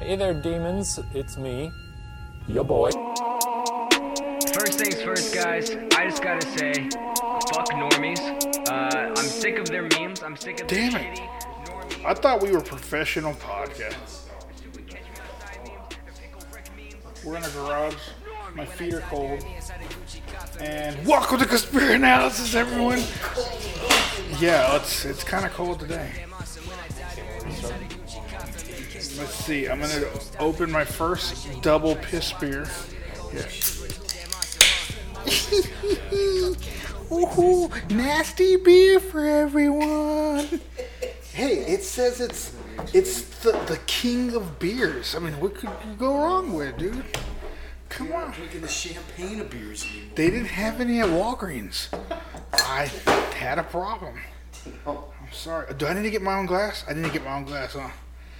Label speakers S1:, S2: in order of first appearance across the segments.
S1: Hey there, demons. It's me, your boy.
S2: First things first, guys. I just gotta say, fuck normies. Uh, I'm sick of their memes. I'm sick of
S3: Damn
S2: their
S3: it.
S2: shitty normies.
S3: I thought we were professional podcasts.
S2: Catch me outside memes. They're pickle brick memes.
S3: We're in a garage. My feet are cold. And welcome to Conspiracy Analysis, everyone. Yeah, it's it's kind of cold today. Let's see. I'm gonna open my first double piss beer. Yeah.
S4: Ooh, nasty beer for everyone.
S3: Hey, it says it's it's the, the king of beers. I mean, what could you go wrong with, dude? Come on.
S4: Drinking the champagne of beers anymore.
S3: They didn't have any at Walgreens. I had a problem. I'm sorry. Do I need to get my own glass? I need to get my own glass, huh?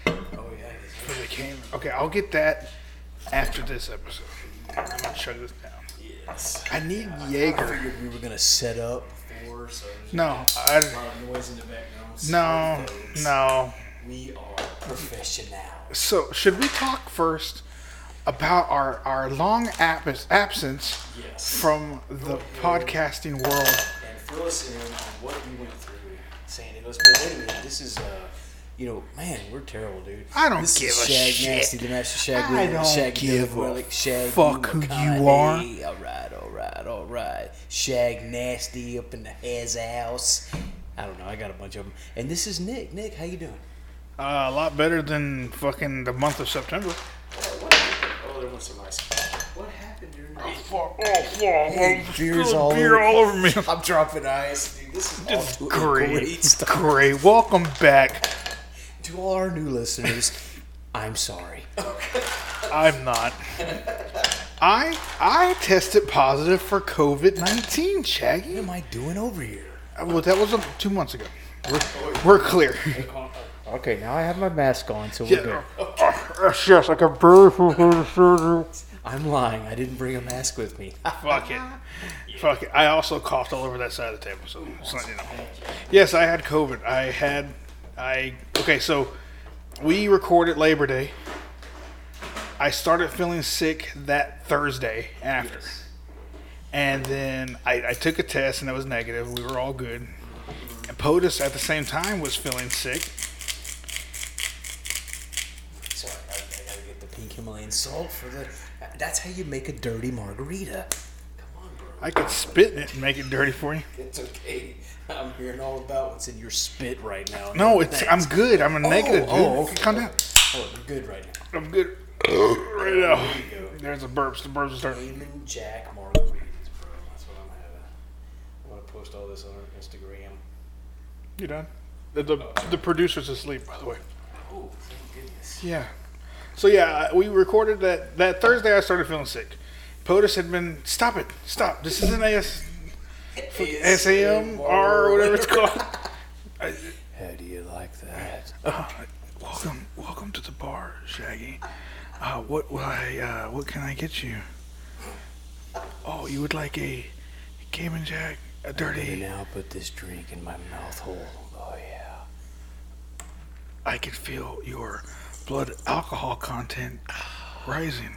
S4: Oh yeah.
S3: For the camera. Okay, I'll get that after this episode. I'm gonna shut this down.
S4: Yes.
S3: I need
S4: I
S3: Jaeger.
S4: figured we were gonna set up before, so there's
S3: No, I
S4: a lot of noise in the background. so
S3: no
S4: folks,
S3: no.
S4: We are professional.
S3: So should we talk first about our our long abs- absence
S4: Yes.
S3: from the podcasting world?
S4: and fill us in on what we went through. Saying it was, well, wait a minute, this is, uh, you know, man, we're terrible, dude.
S3: I don't
S4: this
S3: give
S4: is
S3: a
S4: Shag
S3: shit.
S4: Nasty, the Master Shag.
S3: I
S4: Leader,
S3: don't
S4: Shag
S3: give a
S4: Relic, Shag
S3: fuck who you are.
S4: All right, all right, all right. Shag Nasty up in the his house. I don't know. I got a bunch of them. And this is Nick. Nick, how you doing?
S3: Uh, a lot better than fucking the month of September.
S4: Oh, there was some ice. What happened during the
S3: Fuck, oh, fuck.
S4: Hey,
S3: oh,
S4: beer's
S3: good
S4: all
S3: beer
S4: over.
S3: all over me.
S4: I'm dropping ice, dude. This is
S3: It's
S4: all to a
S3: great.
S4: stuff.
S3: Great. Welcome back.
S4: To all our new listeners, I'm sorry.
S3: I'm not. I I tested positive for COVID nineteen, Shaggy.
S4: What am I doing over here?
S3: Well, that was uh, two months ago. We're, we're clear.
S4: Okay, now I have my mask on, so we're
S3: Yeah. Yes, yes, I can breathe
S4: I'm lying. I didn't bring a mask with me.
S3: Fuck it. Fuck it. I also coughed all over that side of the table, so it's not, you know. Yes, I had COVID. I had, I okay. So we recorded Labor Day. I started feeling sick that Thursday after, and then I, I took a test and it was negative. We were all good. And POTUS at the same time was feeling sick.
S4: Sorry, I, I gotta get the pink Himalayan salt for the. That's how you make a dirty margarita. Come on, bro.
S3: I could spit in it and make it dirty for you.
S4: It's okay. I'm hearing all about what's in your spit right now.
S3: No, it's I'm good. I'm a negative, dude.
S4: oh, okay.
S3: Calm down.
S4: Oh, you're good right now.
S3: I'm good right now.
S4: you go.
S3: There's the burps. The burps are starting.
S4: Lemon Jack margaritas, bro. That's what I'm having. I'm gonna post all this on our Instagram.
S3: You done? The, the, the producer's asleep, by the way.
S4: Oh, thank goodness.
S3: Yeah. So yeah, I- we recorded that that Thursday. I started feeling sick. POTUS had been stop it, stop. This isn't AS, SAMR or whatever it's called.
S4: How do you like that?
S3: Uh, welcome, welcome to the bar, Shaggy. Uh, what will I? Uh, what can I get you? Oh, you would like a Game and Jack, a
S4: And
S3: dirty.
S4: now put this drink in my mouth hole. Oh yeah.
S3: I can feel your blood alcohol content rising.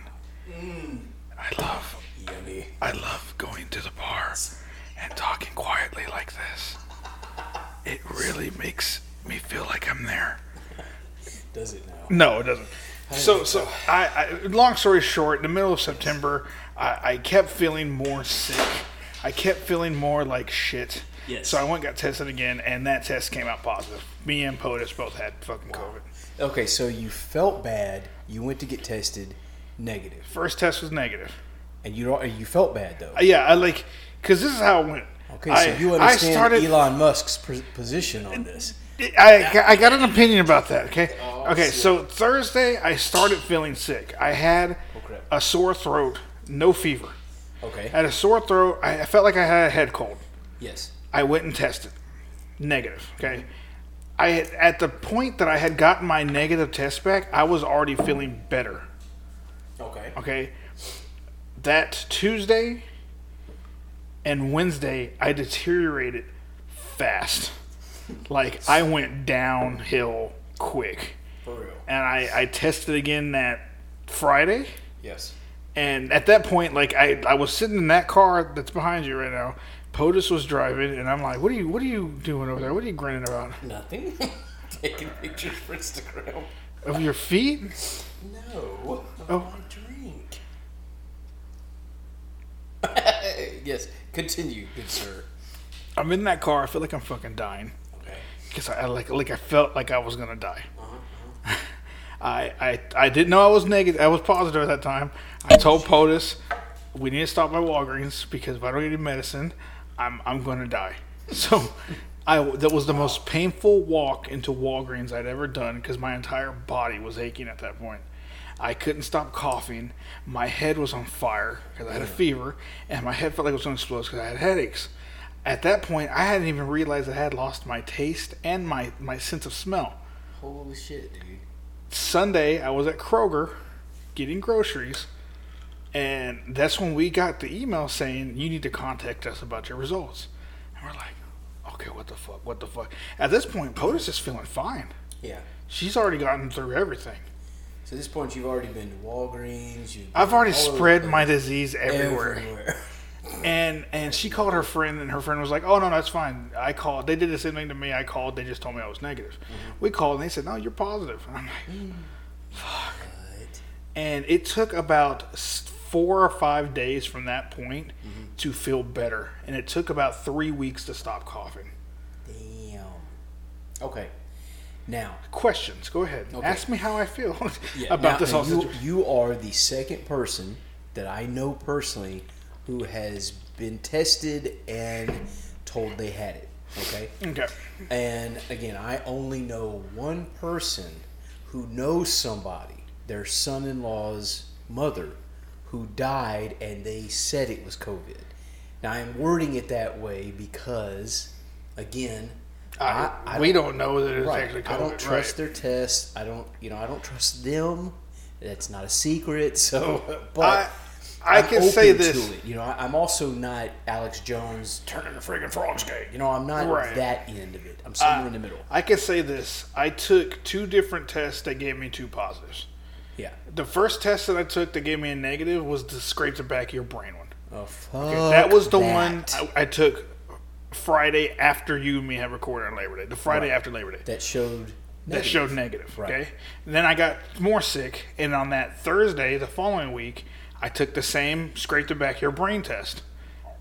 S3: I love
S4: Yummy.
S3: I love going to the bar and talking quietly like this. It really makes me feel like I'm there.
S4: Does it now?
S3: No, it doesn't. So, so I, I long story short, in the middle of September, I, I kept feeling more sick. I kept feeling more like shit.
S4: Yes.
S3: So I went and got tested again, and that test came out positive. Me and POTUS both had fucking COVID.
S4: Okay, so you felt bad. You went to get tested, negative,
S3: First test was negative.
S4: and you don't. You felt bad though.
S3: Yeah, I like, cause this is how it went.
S4: Okay,
S3: I-
S4: so you understand Elon Musk's pr- position on this.
S3: I, I got an opinion about that. Okay. Okay. So Thursday, I started feeling sick. I had
S4: crap.
S3: a sore throat, no fever.
S4: Okay.
S3: I had a sore throat. I, I felt like I had a head cold.
S4: Yes.
S3: I went and tested, negative. Okay. I had, at the point that I had gotten my negative test back, I was already feeling better.
S4: Okay.
S3: Okay. That Tuesday and Wednesday, I deteriorated fast. Like I went downhill quick.
S4: For real.
S3: and I, I tested again that Friday.
S4: Yes.
S3: And at that point, like I, I was sitting in that car that's behind you right now. POTUS was driving, and I'm like, "What are you? What are you doing over there? What are you grinning about?
S4: Nothing. Taking pictures for Instagram.
S3: Of your feet?
S4: No. Of
S3: Oh.
S4: My drink. yes. Continue, good sir.
S3: I'm in that car. I feel like I'm fucking dying
S4: Okay.
S3: because I, I like like I felt like I was gonna die. I, I I didn't know I was negative. I was positive at that time. I told POTUS, "We need to stop by Walgreens because if I don't get any medicine, I'm I'm gonna die." So. I, that was the most painful walk into Walgreens I'd ever done because my entire body was aching at that point. I couldn't stop coughing. My head was on fire because I had a fever, and my head felt like it was going to explode because I had headaches. At that point, I hadn't even realized I had lost my taste and my, my sense of smell.
S4: Holy shit, dude.
S3: Sunday, I was at Kroger getting groceries, and that's when we got the email saying you need to contact us about your results. And we're like, okay, what the fuck? What the fuck? At this point, POTUS is feeling fine.
S4: Yeah.
S3: She's already gotten through everything.
S4: So at this point, you've already been to Walgreens. You've
S3: I've
S4: been
S3: already
S4: all over
S3: spread
S4: the
S3: my
S4: place.
S3: disease everywhere.
S4: everywhere.
S3: And and she called her friend, and her friend was like, "Oh no, that's fine. I called. They did the same thing to me. I called. They just told me I was negative.
S4: Mm-hmm.
S3: We called, and they said, "No, you're positive." And I'm like,
S4: Mm. What?
S3: and it took about s- four or five days from that point
S4: Mm-hmm.
S3: to feel better, and it took about three weeks to stop coughing.
S4: Damn. Okay. Now,
S3: Questions? Go ahead.
S4: Okay.
S3: Ask me how I feel
S4: Yeah,
S3: about
S4: now-
S3: this whole
S4: and you,
S3: situation.
S4: you are the second person that I know personally who has been tested and told they had it. Okay.
S3: Okay.
S4: And again, I only know one person who knows somebody, their son in law's mother, who died and they said it was COVID. Now, I'm wording it that way because, again,
S3: I, we don't know that it's actually COVID.
S4: I don't
S3: right.
S4: trust their tests. I don't, you know, I don't trust them. That's not a secret. So, but
S3: I, I
S4: I'm
S3: can say
S4: open to
S3: this.
S4: it. You know, I, I'm also not Alex Jones turning the friggin' frog's gate. You know, I'm not
S3: Right.
S4: that end of it. I'm somewhere in the middle.
S3: I can say this. I took two different tests that gave me two positives.
S4: Yeah.
S3: The first test that I took that gave me a negative was the scrape the back of your brain one.
S4: Oh fuck.
S3: that was the
S4: that.
S3: one I, I took Friday after you and me had recorded on Labor Day. The Friday
S4: Right.
S3: after Labor Day. That,
S4: that showed. negative.
S3: showed negative.
S4: Right.
S3: Okay. And then I got more sick, and on that Thursday, the following week, I took the same scrape the back of your brain test.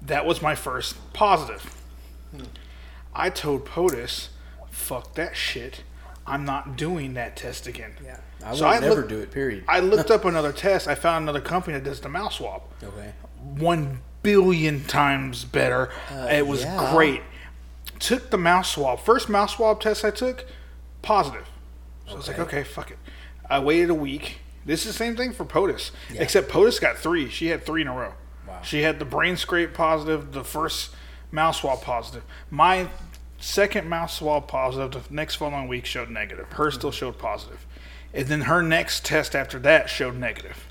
S3: That was my first positive. I told POTUS, "Fuck that shit. I'm not doing that test again."
S4: Yeah. I
S3: So
S4: will
S3: I
S4: never
S3: look-
S4: do it. Period.
S3: I looked up another test. I found another company that does the mouth swab.
S4: okay.
S3: One billion times better. it was
S4: Uh, yeah.
S3: great. Took the mouth swab. First mouth swab test I took, positive. So I was like, okay, fuck it. I waited a week. This is the same thing for POTUS, except POTUS got three. She had three in a row.
S4: Wow.
S3: She had the brain scrape positive, the first mouth swab positive. My second mouth swab positive, the next following week showed negative. Hers still
S4: Mm-hmm.
S3: showed positive. And then her next test after that showed negative.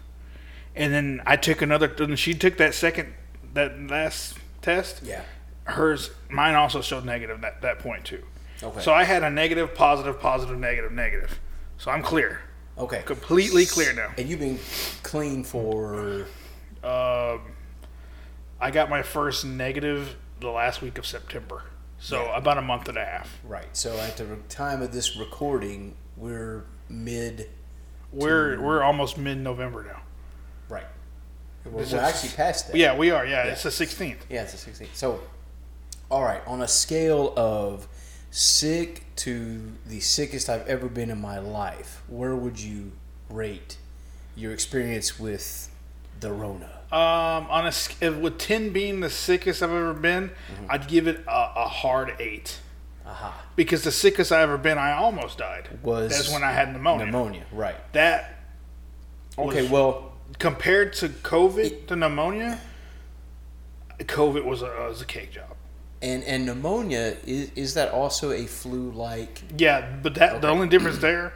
S3: And then I took another, and she took that second, that last test.
S4: Yeah.
S3: Hers, mine also showed negative at that point too.
S4: Okay.
S3: So I had a negative, positive, positive, negative, negative. So I'm clear.
S4: Okay.
S3: Completely clear now.
S4: And you've been clean for
S3: I got my first negative the last week of September. So about a month and a half.
S4: right. So at the re- time of this recording, we're mid.
S3: We're we're almost mid November now.
S4: Right. We're, we're actually past that.
S3: Yeah, we are. Yeah, it's the 16th.
S4: Yeah, it's a 16th. So, all right, on a scale of sick to the sickest I've ever been in my life, where would you rate your experience with the Rona?
S3: Um, on a sc- if- with 10 being the sickest I've ever been,
S4: Mm-hmm.
S3: I'd give it a, a hard eight.
S4: Aha.
S3: Because the sickest I've ever been, I almost died.
S4: Uh-huh. Was
S3: that's when I had pneumonia.
S4: Pneumonia, right.
S3: That
S4: Okay,
S3: was-
S4: well,
S3: compared to COVID to pneumonia, COVID was a was a cake job.
S4: and, and pneumonia, is, is that also a flu like?
S3: Yeah, but that the only difference there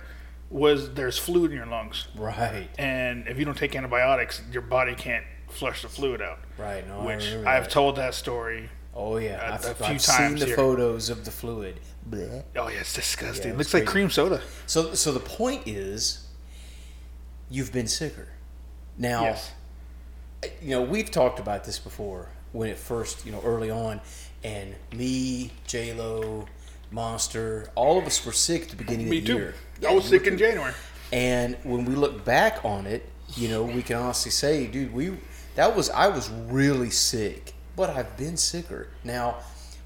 S3: was there's fluid in your lungs.
S4: Right.
S3: and if you don't take antibiotics, your body can't flush the fluid out.
S4: Right, no, I
S3: which
S4: remember
S3: I've
S4: that.
S3: told that story
S4: Oh yeah,
S3: A-
S4: I've,
S3: a few
S4: I've seen
S3: times
S4: the
S3: here.
S4: photos of the fluid. Bleh.
S3: Oh yeah, it's disgusting.
S4: Yeah,
S3: Looks
S4: it's
S3: like
S4: crazy.
S3: cream soda.
S4: So, so the point is, you've been sicker. Now,
S3: Yes.
S4: you know, we've talked about this before when it first, you know, early on, and me, J Lo, Monster, all of us were sick at the beginning
S3: Me
S4: of the
S3: too.
S4: year.
S3: I was sick in January.
S4: And when we look back on it, you know, we can honestly say, dude, we that was I was really sick, but I've been sicker. Now,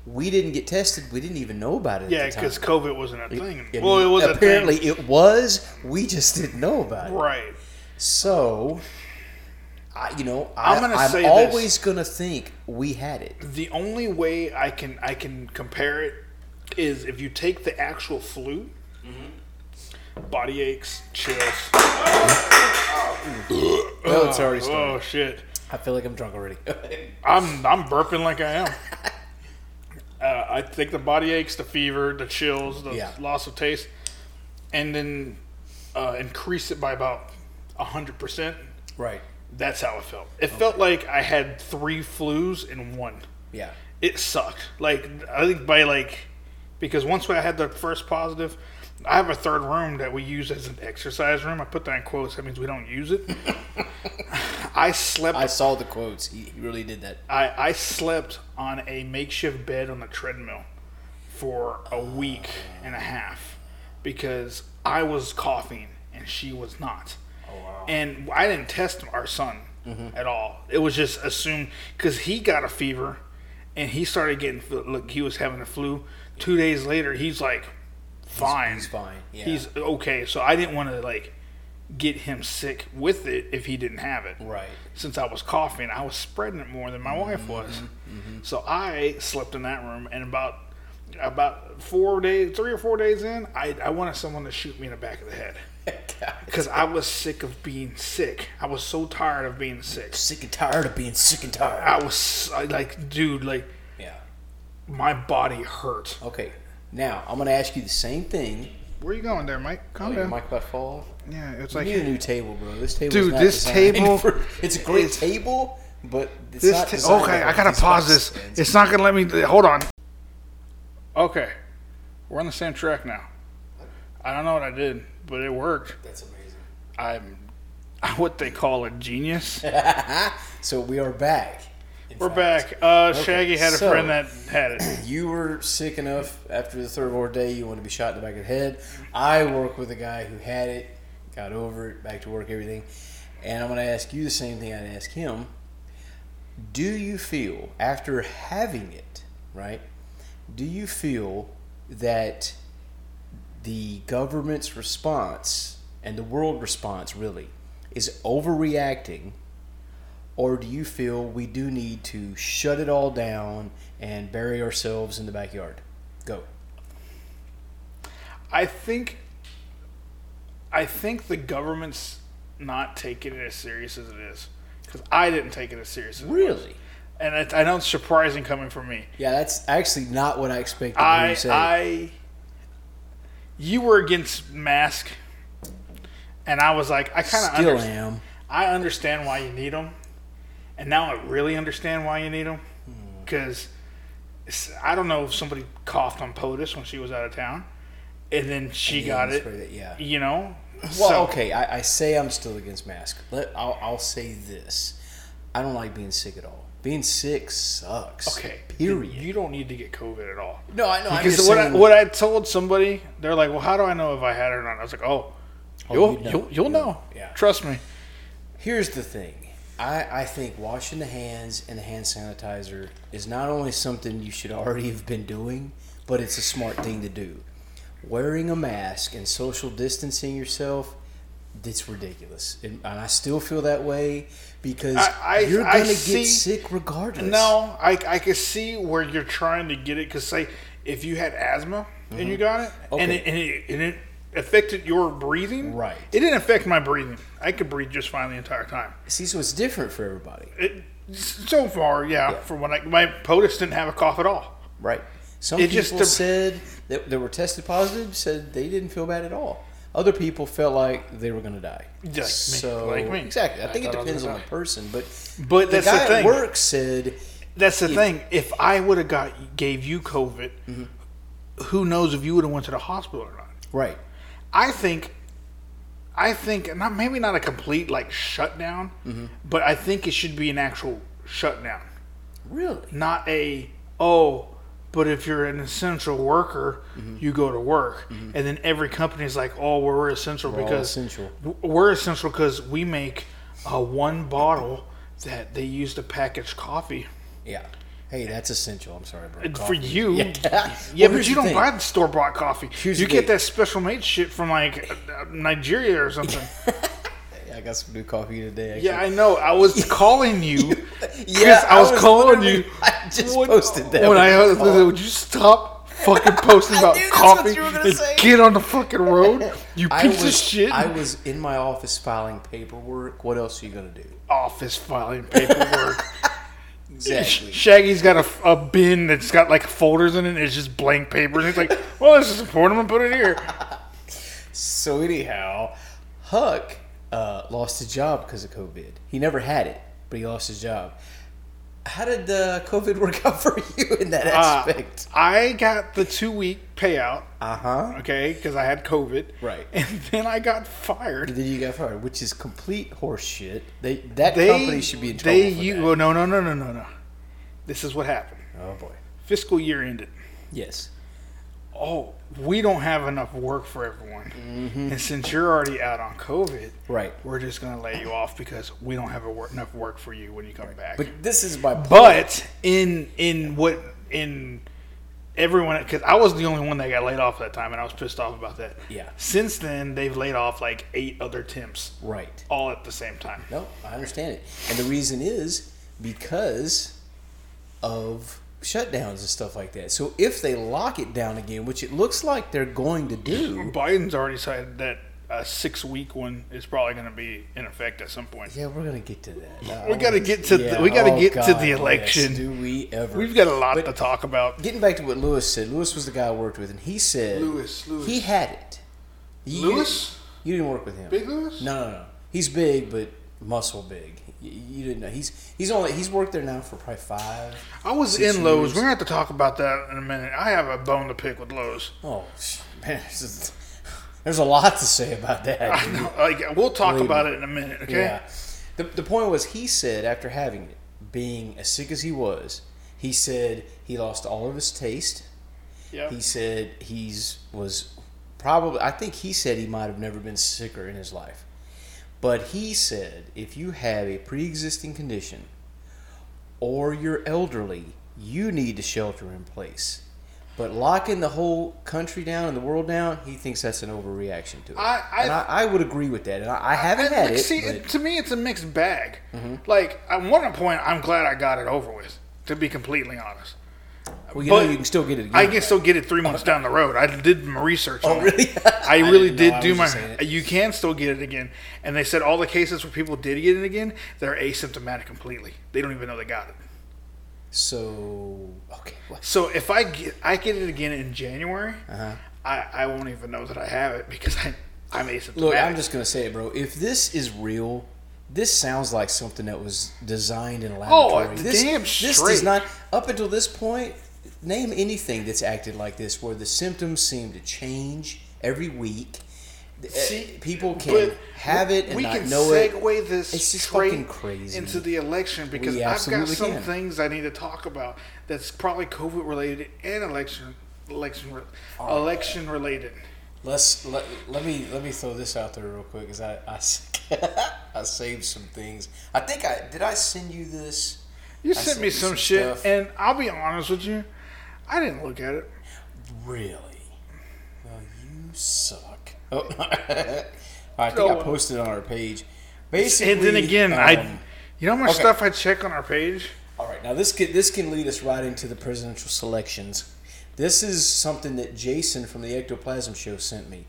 S4: we didn't get tested. We didn't even know about it.
S3: Yeah,
S4: at the
S3: because
S4: time.
S3: COVID wasn't a thing.
S4: I
S3: well,
S4: mean,
S3: it was
S4: apparently
S3: a
S4: it was. We just didn't know about it.
S3: thing. right.
S4: So, I, you know, I,
S3: I'm
S4: I'm,
S3: gonna say this.
S4: always going to think we had it.
S3: The only way I can I can compare it is if you take the actual flu, body aches, chills.
S4: Oh, it's already
S3: Oh shit!
S4: I feel like I'm drunk already.
S3: I'm I'm burping like I am. Uh, I think the body aches, the fever, the chills, the
S4: Yeah.
S3: loss of taste, and then uh, increase it by about hundred percent.
S4: right.
S3: That's how it felt. It felt like I had three flus in one.
S4: Yeah.
S3: It sucked. Like I think by like because once I had the first positive, I have a third room that we use as an exercise room. I put that in quotes. That means we don't use it. I slept.
S4: I saw the quotes. He, he really did that.
S3: I, I slept on a makeshift bed on the treadmill for a week and a half because I was coughing and she was not. Oh, wow. And I didn't test our son
S4: Mm-hmm.
S3: at all. It was just assumed because he got a fever and he started getting, look, he was having a flu. Two days later, he's like, fine.
S4: He's fine. Yeah.
S3: He's okay. So I didn't want to, like, get him sick with it if he didn't have it
S4: right. Mm-hmm,
S3: since I was coughing, I was spreading it more than my wife was. So I slept in that room, and about about four days, three or four days in, I, I wanted someone to shoot me in the back of the head
S4: God.
S3: because I was sick of being sick. I was so tired of being sick.
S4: Sick and tired of being sick and tired.
S3: I was I, like, dude, like
S4: Yeah.
S3: my body hurt.
S4: Okay. Now, I'm going to ask you the same thing.
S3: Where are you going there, Mike? Calm
S4: Your
S3: down.
S4: mic about to fall off.
S3: Yeah, it's
S4: I
S3: like
S4: need a new table, bro. This table,
S3: Dude,
S4: Not
S3: this
S4: designed
S3: table
S4: for- it's a great
S3: is-
S4: table, but it's
S3: this.
S4: not
S3: ta-
S4: designed
S3: okay,
S4: for
S3: I gotta
S4: these
S3: pause
S4: box
S3: this.
S4: stands.
S3: It's not gonna let me. Hold on. Okay, we're on the same track now. I don't know what I did, but it worked.
S4: That's amazing.
S3: I'm I'm what they call a genius.
S4: So we are back. in
S3: We're back.
S4: fact.
S3: Uh, Shaggy had a
S4: so-
S3: friend that had it.
S4: You were sick enough after the third or day. You wanted to be shot in the back of the head. I work with a guy who had it, got over it, back to work, everything. And I'm going to ask you the same thing I'd ask him. Do you feel after having it, right? Do you feel that the government's response and the world response really is overreacting or do you feel we do need to shut it all down and bury ourselves in the backyard? Go.
S3: I think I think the government's not taking it as serious as it is because I didn't take it as serious. As it was.
S4: Really?
S3: And it, I know it's surprising coming from me.
S4: Yeah, that's actually not what I expected you
S3: I
S4: to say.
S3: I you were against mask, and I was like, I kind of
S4: Still am.
S3: I understand why you need them, and now I really understand why you need them
S4: Hmm.
S3: because I don't know if somebody coughed on POTUS when she was out of town, and then she
S4: Yeah,
S3: got
S4: that's
S3: it.
S4: right, yeah.
S3: you know.
S4: Well,
S3: So,
S4: okay, I, I say I'm still against mask. Let I'll, I'll say this: I don't like being sick at all. Being sick sucks.
S3: Okay.
S4: Period.
S3: You don't need to get COVID at all.
S4: no, I know. I'm
S3: Because
S4: just
S3: what I,
S4: saying,
S3: what I told somebody, they're like, "Well, how do I know if I had it or not?" I was like, "Oh, you'll
S4: you'd know.
S3: you'll, you'll know.
S4: yeah.
S3: Trust me."
S4: Here's the thing. I, I think washing the hands and the hand sanitizer is not only something you should already have been doing, but it's a smart thing to do. Wearing a mask and social distancing yourself, that's ridiculous. And, and I still feel that way because
S3: I- I-
S4: you're
S3: I
S4: going to get
S3: see-
S4: sick regardless.
S3: No, I, I can see where you're trying to get it because say if you had asthma and you got it, and
S4: Mm-hmm. Okay.
S3: it and it, and it affected your breathing,
S4: Right.
S3: It didn't affect my breathing. I could breathe just fine the entire time.
S4: See, so it's different for everybody.
S3: It, so far, yeah, For when I my POTUS didn't have a cough at all.
S4: Right. Some
S3: It just
S4: people
S3: de-
S4: said that they were tested positive, said they didn't feel bad at all. Other people felt like they were going to die.
S3: Like me. Like me.
S4: Exactly. I,
S3: I
S4: think it
S3: thought I was
S4: depends on
S3: gonna
S4: the
S3: die.
S4: person, but
S3: But
S4: the
S3: that's the
S4: guy at
S3: thing.
S4: work said
S3: That's the thing. If I would have got gave you COVID,
S4: Mm-hmm.
S3: who knows if you would have went to the hospital or not?
S4: Right.
S3: I think, I think not maybe not a complete like shutdown,
S4: Mm-hmm.
S3: but I think it should be an actual shutdown,
S4: Really?
S3: not a oh. But if you're an essential worker,
S4: Mm-hmm.
S3: you go to work, and then every company is like, "Oh, well, we're essential
S4: all
S3: because
S4: essential.
S3: w- we're essential because we make uh, one bottle that they use to package coffee."
S4: Yeah. Hey, that's essential. I'm sorry, bro.
S3: And Uh, For
S4: Coffee.
S3: you,
S4: Yeah.
S3: yeah,
S4: Well,
S3: but
S4: here's
S3: you
S4: the
S3: don't
S4: thing.
S3: buy the store bought coffee.
S4: Here's
S3: you
S4: the
S3: get
S4: thing.
S3: that special made shit from like uh, Nigeria or something.
S4: I got some new coffee today. Actually.
S3: yeah, I know. I was calling you.
S4: Yeah,
S3: I was calling
S4: literally-
S3: you
S4: I just
S3: when-
S4: posted that.
S3: When I
S4: you
S3: heard,
S4: called.
S3: would you stop fucking posting
S4: I
S3: about
S4: knew that's what
S3: coffee
S4: you were gonna
S3: and
S4: say.
S3: get on the fucking road? You
S4: I
S3: piece
S4: was,
S3: of shit.
S4: I was in my office filing paperwork. What else are you gonna do?
S3: Office filing paperwork.
S4: Exactly.
S3: Shaggy's got a, a bin that's got like folders in it. And it's just blank papers. He's like, well, this is important. I'm gonna put it here.
S4: So anyhow, Huck uh, lost his job because of COVID. He never had it, but he lost his job. How did uh, COVID work out for you in that
S3: Uh,
S4: aspect?
S3: I got the two week payout,
S4: Uh huh.
S3: okay, because I had COVID.
S4: Right.
S3: And then I got fired.
S4: Then you got fired, which is complete horseshit. They that
S3: They,
S4: company should be in trouble.
S3: They,
S4: for
S3: you,
S4: that.
S3: well, no, no, no, no, no, no. This is what happened.
S4: Oh boy.
S3: Fiscal year ended.
S4: Yes.
S3: Oh, we don't have enough work for everyone. And since you're already out on COVID,
S4: Mm-hmm. Right.
S3: we're just going to lay you off because we don't have a wor- enough work for you when you come back.
S4: But this is my point.
S3: But in in what in everyone because I was the only one that got laid off that time, and I was pissed off about that.
S4: Yeah.
S3: Since then, they've laid off like eight other temps,
S4: right.
S3: all at the same time.
S4: No, I understand it. And the reason is because of shutdowns and stuff like that. So if they lock it down again, which it looks like they're going to do.
S3: Biden's already said that a six week one is probably going to be in effect at some point.
S4: Yeah, we're gonna get to that.
S3: We gotta get to the- we gotta get to the
S4: Oh, yes,
S3: election.
S4: do we ever?
S3: We've got a lot
S4: But-
S3: to talk about.
S4: Getting back to what Lewis said, Lewis was the guy I worked with, and he said
S3: Lewis, Lewis.
S4: he had it. You-
S3: Lewis?
S4: you, didn't work with him.
S3: Big Lewis?
S4: No, no, no. He's big, but muscle big. You, you didn't know he's he's only he's worked there now for probably five.
S3: I was
S4: Six
S3: in Lowe's.
S4: years.
S3: We're going to have to talk about that in a minute. I have a bone to pick with Lowe's.
S4: Oh sh- man, there's a, there's a lot to say about that.
S3: I
S4: dude.
S3: know, like we'll talk
S4: Believe
S3: about it in a minute. Okay.
S4: Yeah. The, the point was, he said after having it, being as sick as he was, he said he lost all of his taste.
S3: Yeah.
S4: He said he's was probably. I think he said he might have never been sicker in his life. But he said if you have a pre-existing condition or you're elderly, you need to shelter in place. But locking the whole country down and the world down, he thinks that's an overreaction to it.
S3: I- I-
S4: and I, I would agree with that. And I, I haven't
S3: I-
S4: had
S3: like,
S4: it.
S3: See,
S4: but- Mm-hmm.
S3: it- to me, it's a mixed bag. Like at one point, I'm glad I got it over with. To be completely honest,
S4: Well, you
S3: But
S4: know you can still get it again.
S3: I can still get it three months down the road. I did my research.
S4: Oh,
S3: on
S4: really?
S3: It. I
S4: I
S3: really did
S4: didn't know. I
S3: do
S4: was
S3: my.
S4: just saying it.
S3: You can still get it again, and they said all the cases where people did get it again, they're asymptomatic completely. They don't even know they got it.
S4: So okay, well,
S3: So if I get I get it again in January,
S4: Uh-huh.
S3: I I won't even know that I have it because I I'm asymptomatic.
S4: look, I'm just gonna say it, bro. If this is real, this sounds like something that was designed in a laboratory. this,
S3: Oh, damn
S4: This
S3: straight.
S4: does not. Up until this point, name anything that's acted like this, where the symptoms seem to change every week. Uh,
S3: See,
S4: people can
S3: but
S4: have it and
S3: we
S4: not
S3: can
S4: know it.
S3: segue this
S4: It's just
S3: straight
S4: fucking crazy.
S3: into the election because
S4: We
S3: I've got
S4: absolutely
S3: some
S4: can.
S3: things I need to talk about that's probably COVID related and election election re- election related.
S4: Let's let, let me let me throw this out there real quick because I I, s- I saved some things. I think I did. I send you this.
S3: You
S4: I
S3: sent
S4: sent
S3: me
S4: you
S3: some,
S4: some
S3: shit,
S4: stuff.
S3: and I'll be honest with you, I didn't look at it.
S4: Really? Well, you suck. Oh. I think I
S3: So-
S4: posted on our page. Basically,
S3: And then again, I
S4: um,
S3: you know how much
S4: okay.
S3: stuff I check on our page.
S4: all right. Now this can this can lead us right into the presidential selections. This is something that Jason from the Ectoplasm Show sent me.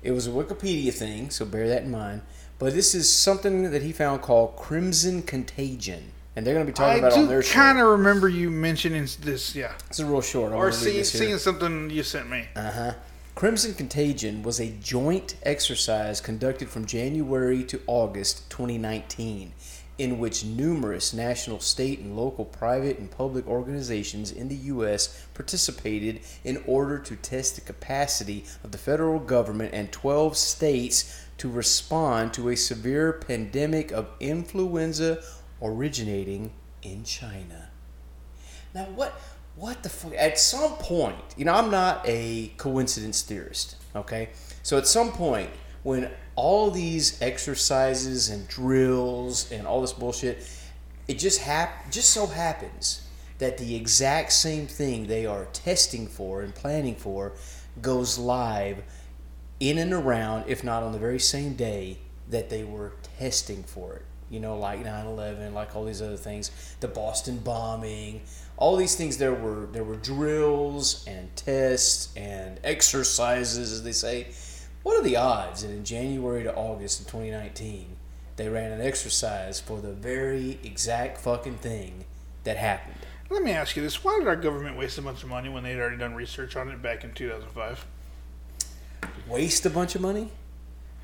S4: It was a Wikipedia thing, so bear that in mind. But this is something that he found called Crimson Contagion, and they're going to be talking
S3: I
S4: about it on
S3: do
S4: their
S3: kind
S4: show.
S3: of remember you mentioning this, yeah,
S4: It's a real short. I'm
S3: or
S4: gonna read
S3: see,
S4: this here.
S3: seeing something you sent me.
S4: Uh-huh. Crimson Contagion was a joint exercise conducted from January to August 2019. in which numerous national, state, and local private and public organizations in the U.S. participated in order to test the capacity of the federal government and 12 states to respond to a severe pandemic of influenza originating in China. Now what what the fuck at some point, you know, I'm not a coincidence theorist, okay? So at some point when all these exercises and drills and all this bullshit it just hap- just so happens that the exact same thing they are testing for and planning for goes live in and around, if not on the very same day that they were testing for it. You know, like 9/11, like all these other things, the Boston bombing, all these things. There were there were drills and tests and exercises, as they say. What are the odds that in January to August of 2019, they ran an exercise for the very exact fucking thing that happened?
S3: Let me ask you this: Why did our government waste a bunch of money when they'd already done research on it back in 2005?
S4: Waste a bunch of money?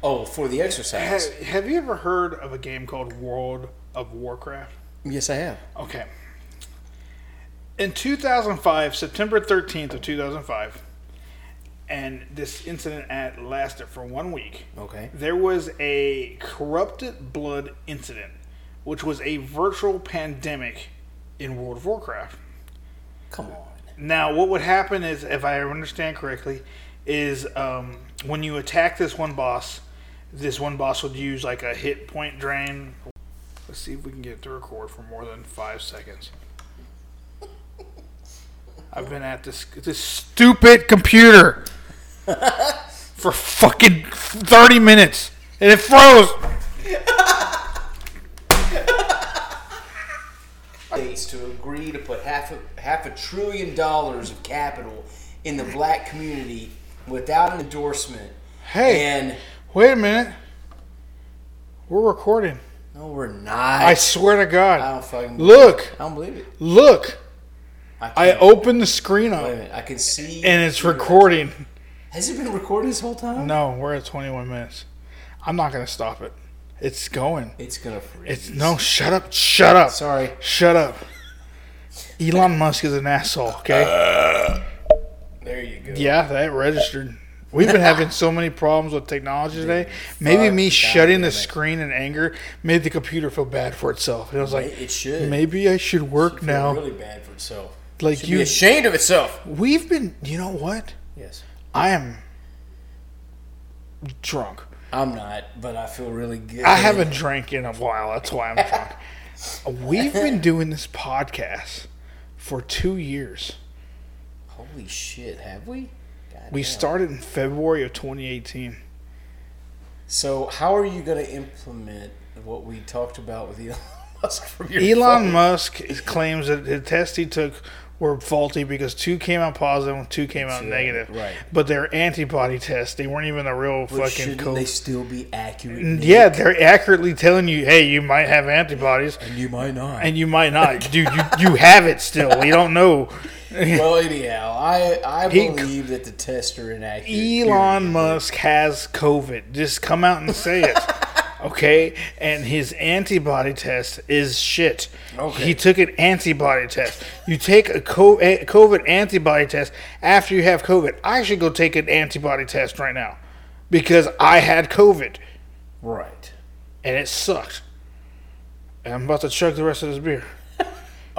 S4: Oh, for the
S3: Ha-
S4: exercise?
S3: have you ever heard of a game called World of Warcraft?
S4: Yes, I have.
S3: Okay. In 2005, September 13th of 2005, and this incident at lasted for one week.
S4: Okay.
S3: There was a corrupted blood incident, which was a virtual pandemic in World of Warcraft.
S4: Come on.
S3: Now, what would happen is, if I understand correctly, is um, when you attack this one boss, this one boss would use like a hit point drain. Let's see if we can get it to record for more than five seconds. I've been at this this stupid computer for fucking thirty minutes, and it froze.
S4: states to agree to put half a, half a trillion dollars of capital in the black community without an endorsement.
S3: Hey.
S4: And
S3: Wait a minute, we're recording.
S4: no, we're not.
S3: I
S4: I,
S3: swear to God.
S4: don't fucking
S3: Look,
S4: I don't believe it.
S3: look.
S4: I,
S3: I
S4: can't,
S3: opened the screen
S4: wait a
S3: up
S4: minute. I can see.
S3: and it's recording.
S4: Has it been recorded this whole time?
S3: No, we're at 21 minutes. I'm not gonna stop it. It's going.
S4: It's gonna freeze.
S3: It's no. Shut up. Shut up.
S4: Sorry.
S3: Shut up. Elon Musk is an asshole. Okay.
S4: There you go.
S3: Yeah, that registered. We've been having so many problems with technology today. Maybe me
S4: Fuck,
S3: shutting the
S4: goddammit.
S3: screen in anger made the computer feel bad for itself. And I was like,
S4: It should.
S3: maybe I should work
S4: Feel
S3: now.
S4: Really bad for itself.
S3: Like
S4: Should
S3: you-
S4: be ashamed of itself.
S3: We've been. You know what?
S4: Yes.
S3: I am drunk.
S4: I'm not, but I feel really good.
S3: I haven't drank in a while. That's why I'm drunk. We've been doing this podcast for two years.
S4: Holy shit! Have we? God
S3: We
S4: damn.
S3: started in February of 2018.
S4: So how are you going to implement what we talked about with Elon Musk from your
S3: Elon
S4: phone?
S3: Musk is- claims that the tests he took were faulty because two came out positive and two came out
S4: That's it,
S3: negative.
S4: right.
S3: But they're antibody tests. They weren't even a real
S4: But
S3: fucking
S4: shouldn't
S3: COVID.
S4: they still be accurate?
S3: And
S4: Nick?
S3: yeah, they're accurately telling you, hey, you might have antibodies
S4: and you might not.
S3: and you might not. Dude, you, you have it still. We don't know.
S4: well, anyhow, I I
S3: He-
S4: believe that the tests are inaccurate.
S3: Elon Musk has COVID. Just come out and say it. Okay, and his antibody test is shit.
S4: Okay.
S3: He took an antibody test. You take a co- a- COVID antibody test after you have COVID. I should go take an antibody test right now because I had COVID
S4: period. Right.
S3: and it sucked. And I'm about to chug the rest of this beer.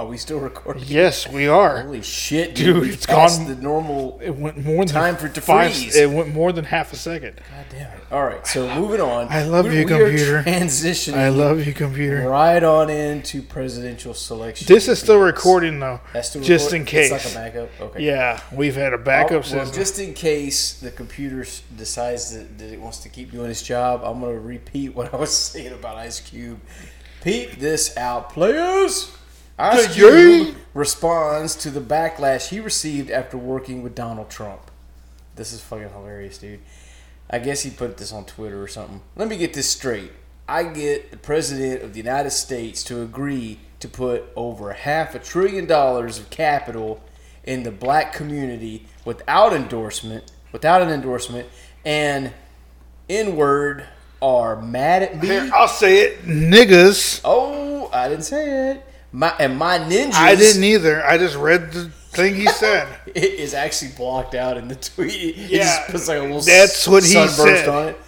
S4: Are we still recording?
S3: Yes, we are.
S4: Holy shit, dude!
S3: Dude,
S4: we
S3: it's
S4: passed
S3: gone-
S4: the normal.
S3: It went more than
S4: Time for it to
S3: five.
S4: freeze.
S3: It went more than half a second.
S4: God damn it! All right, so moving on.
S3: I love
S4: We-
S3: you,
S4: we are
S3: computer.
S4: transitioning
S3: I love you, computer.
S4: right on into presidential selection.
S3: This is still recording though,
S4: That's still
S3: just
S4: recording?
S3: in case.
S4: It's like a backup. Okay.
S3: Yeah, we've had a backup
S4: Well,
S3: system.
S4: just in case the computer s- decides that, that it wants to keep doing its job, I'm going to repeat what I was saying about Ice Cube. Peep this out, players! Ice
S3: Players.
S4: Cube responds to the backlash he received after working with Donald Trump. This is fucking hilarious, dude. I guess he put this on Twitter or something. Let me get this straight. I get the president of the United States to agree to put over half a trillion dollars of capital in the black community without endorsement, without an endorsement, and N word are mad at me.
S3: I'll say it, niggas.
S4: Oh I didn't say it. My and my ninjas.
S3: I didn't either. I just read the thing he said.
S4: It is actually blocked out in the tweet. It
S3: Yeah,
S4: just puts like a little
S3: that's what he
S4: sunburst
S3: said.
S4: on it.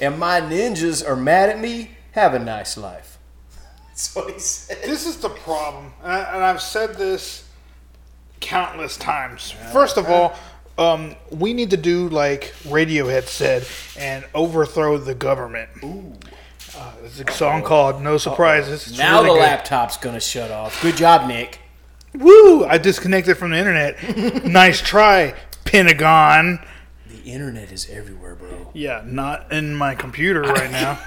S4: And my ninjas are mad at me. Have a nice life. That's what he said.
S3: this is the problem, and, I, and I've said this countless times. First of all, um, we need to do like Radiohead said and overthrow the government. Ooh. Uh, there's a song called "No Surprises." It's
S4: Now
S3: really
S4: the
S3: good.
S4: laptop's gonna shut off. Good job, Nick.
S3: Woo! I disconnected from the internet. nice try, Pentagon.
S4: The internet is everywhere, bro.
S3: Yeah, not in my computer right now.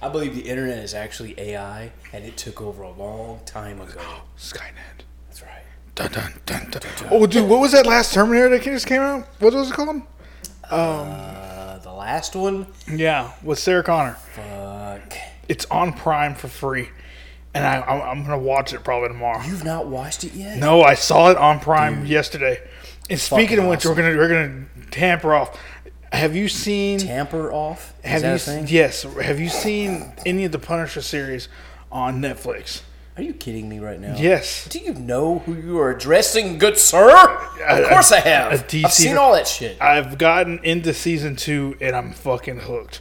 S4: I believe the internet is actually AI, and it took over a long time ago.
S3: Oh, Skynet.
S4: That's right.
S3: Dun, dun, dun, dun. Oh, dude, what was that last Terminator that just came out? What was it called?
S4: Uh, the last one,
S3: Yeah, with Sarah Connor.
S4: fuck.
S3: It's on Prime for free, and I, I'm, I'm gonna watch it probably tomorrow.
S4: You've not watched it yet?
S3: No, I saw it on Prime yesterday. And speaking of which, we're gonna we're gonna tamper off. Have you seen?
S4: Tamper off? Is
S3: have
S4: that
S3: you
S4: a thing?
S3: s- yes? Have you seen any of the Punisher series on Netflix?
S4: Are you kidding me right now?
S3: Yes.
S4: Do you know who you are addressing, good sir? Of course I have.
S3: a
S4: I've
S3: DC
S4: seen all that shit.
S3: I've gotten into season two and I'm fucking hooked.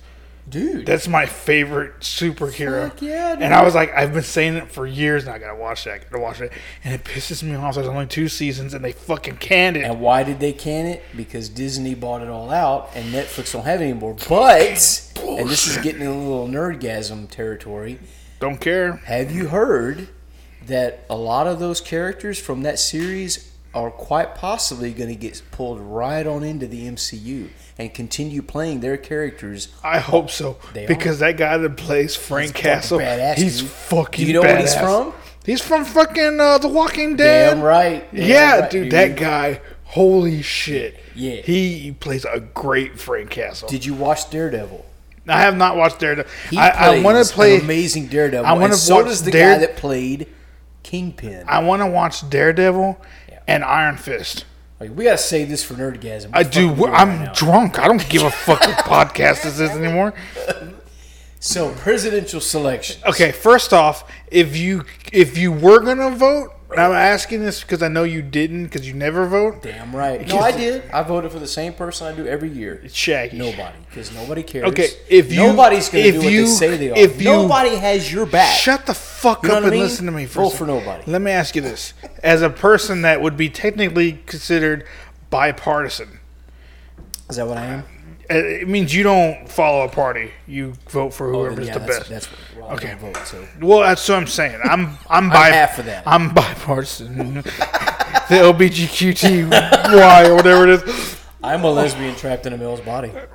S4: Dude.
S3: That's my favorite superhero.
S4: Fuck yeah, dude.
S3: And I was like, I've been saying it for years now. I gotta watch that. I gotta watch it. And it pisses me off. There's only two seasons and they fucking canned it.
S4: And why did they can it? Because Disney bought it all out and Netflix don't have it anymore. But, and this is getting in a little nerdgasm territory,
S3: Don't care.
S4: have you heard that a lot of those characters from that series are quite possibly going to get pulled right on into the MCU and continue playing their characters
S3: I hope so.
S4: They are.
S3: because that guy that plays Frank
S4: fucking
S3: Castle,
S4: badass,
S3: he's
S4: dude.
S3: fucking.
S4: Do you know where he's
S3: badass.
S4: from?
S3: He's from fucking uh, The Walking Dead.
S4: Damn right. Damn
S3: yeah,
S4: right,
S3: dude, that guy. Holy shit.
S4: Yeah.
S3: He plays a great Frank Castle.
S4: Did you watch Daredevil?
S3: I have not watched Daredevil.
S4: He
S3: I, I
S4: plays
S3: want to play.
S4: an amazing Daredevil.
S3: I
S4: I
S3: wanna
S4: want to so
S3: watch
S4: does the
S3: Dare-
S4: guy that played Kingpin.
S3: I want to watch Daredevil
S4: Yeah.
S3: and Iron Fist.
S4: like, we gotta save this for nerdgasm.
S3: I
S4: What the fuck
S3: do.
S4: are we doing
S3: I'm
S4: right now?
S3: drunk. I don't give a fuck what podcast this is anymore.
S4: so presidential selection.
S3: Okay, first off, if you if you were gonna vote, and I'm asking this because I know you didn't because you never vote.
S4: Damn right. No, I did. I voted for the same person I do every year.
S3: It's Shaggy.
S4: Nobody, because nobody cares.
S3: Okay, if you-
S4: nobody's gonna
S3: if
S4: do what
S3: you-
S4: they say they are,
S3: if you-
S4: nobody has your back.
S3: Shut the fuck
S4: You know
S3: up
S4: what
S3: and
S4: I mean?
S3: listen to me. For a
S4: Vote
S3: sec.
S4: for nobody.
S3: Let me ask you this: as a person that would be technically considered bipartisan,
S4: Is that what I am?
S3: uh, it means you don't follow a party. You vote for
S4: Oh,
S3: whoever's
S4: yeah,
S3: the
S4: that's,
S3: best.
S4: That's well,
S3: Okay.
S4: okay. Vote, so
S3: Well, that's what I'm saying. I'm I'm, bi-
S4: half of that.
S3: I'm bipartisan. the LBGQTY or whatever it is.
S4: I'm a lesbian trapped in a male's body.
S3: Yeah,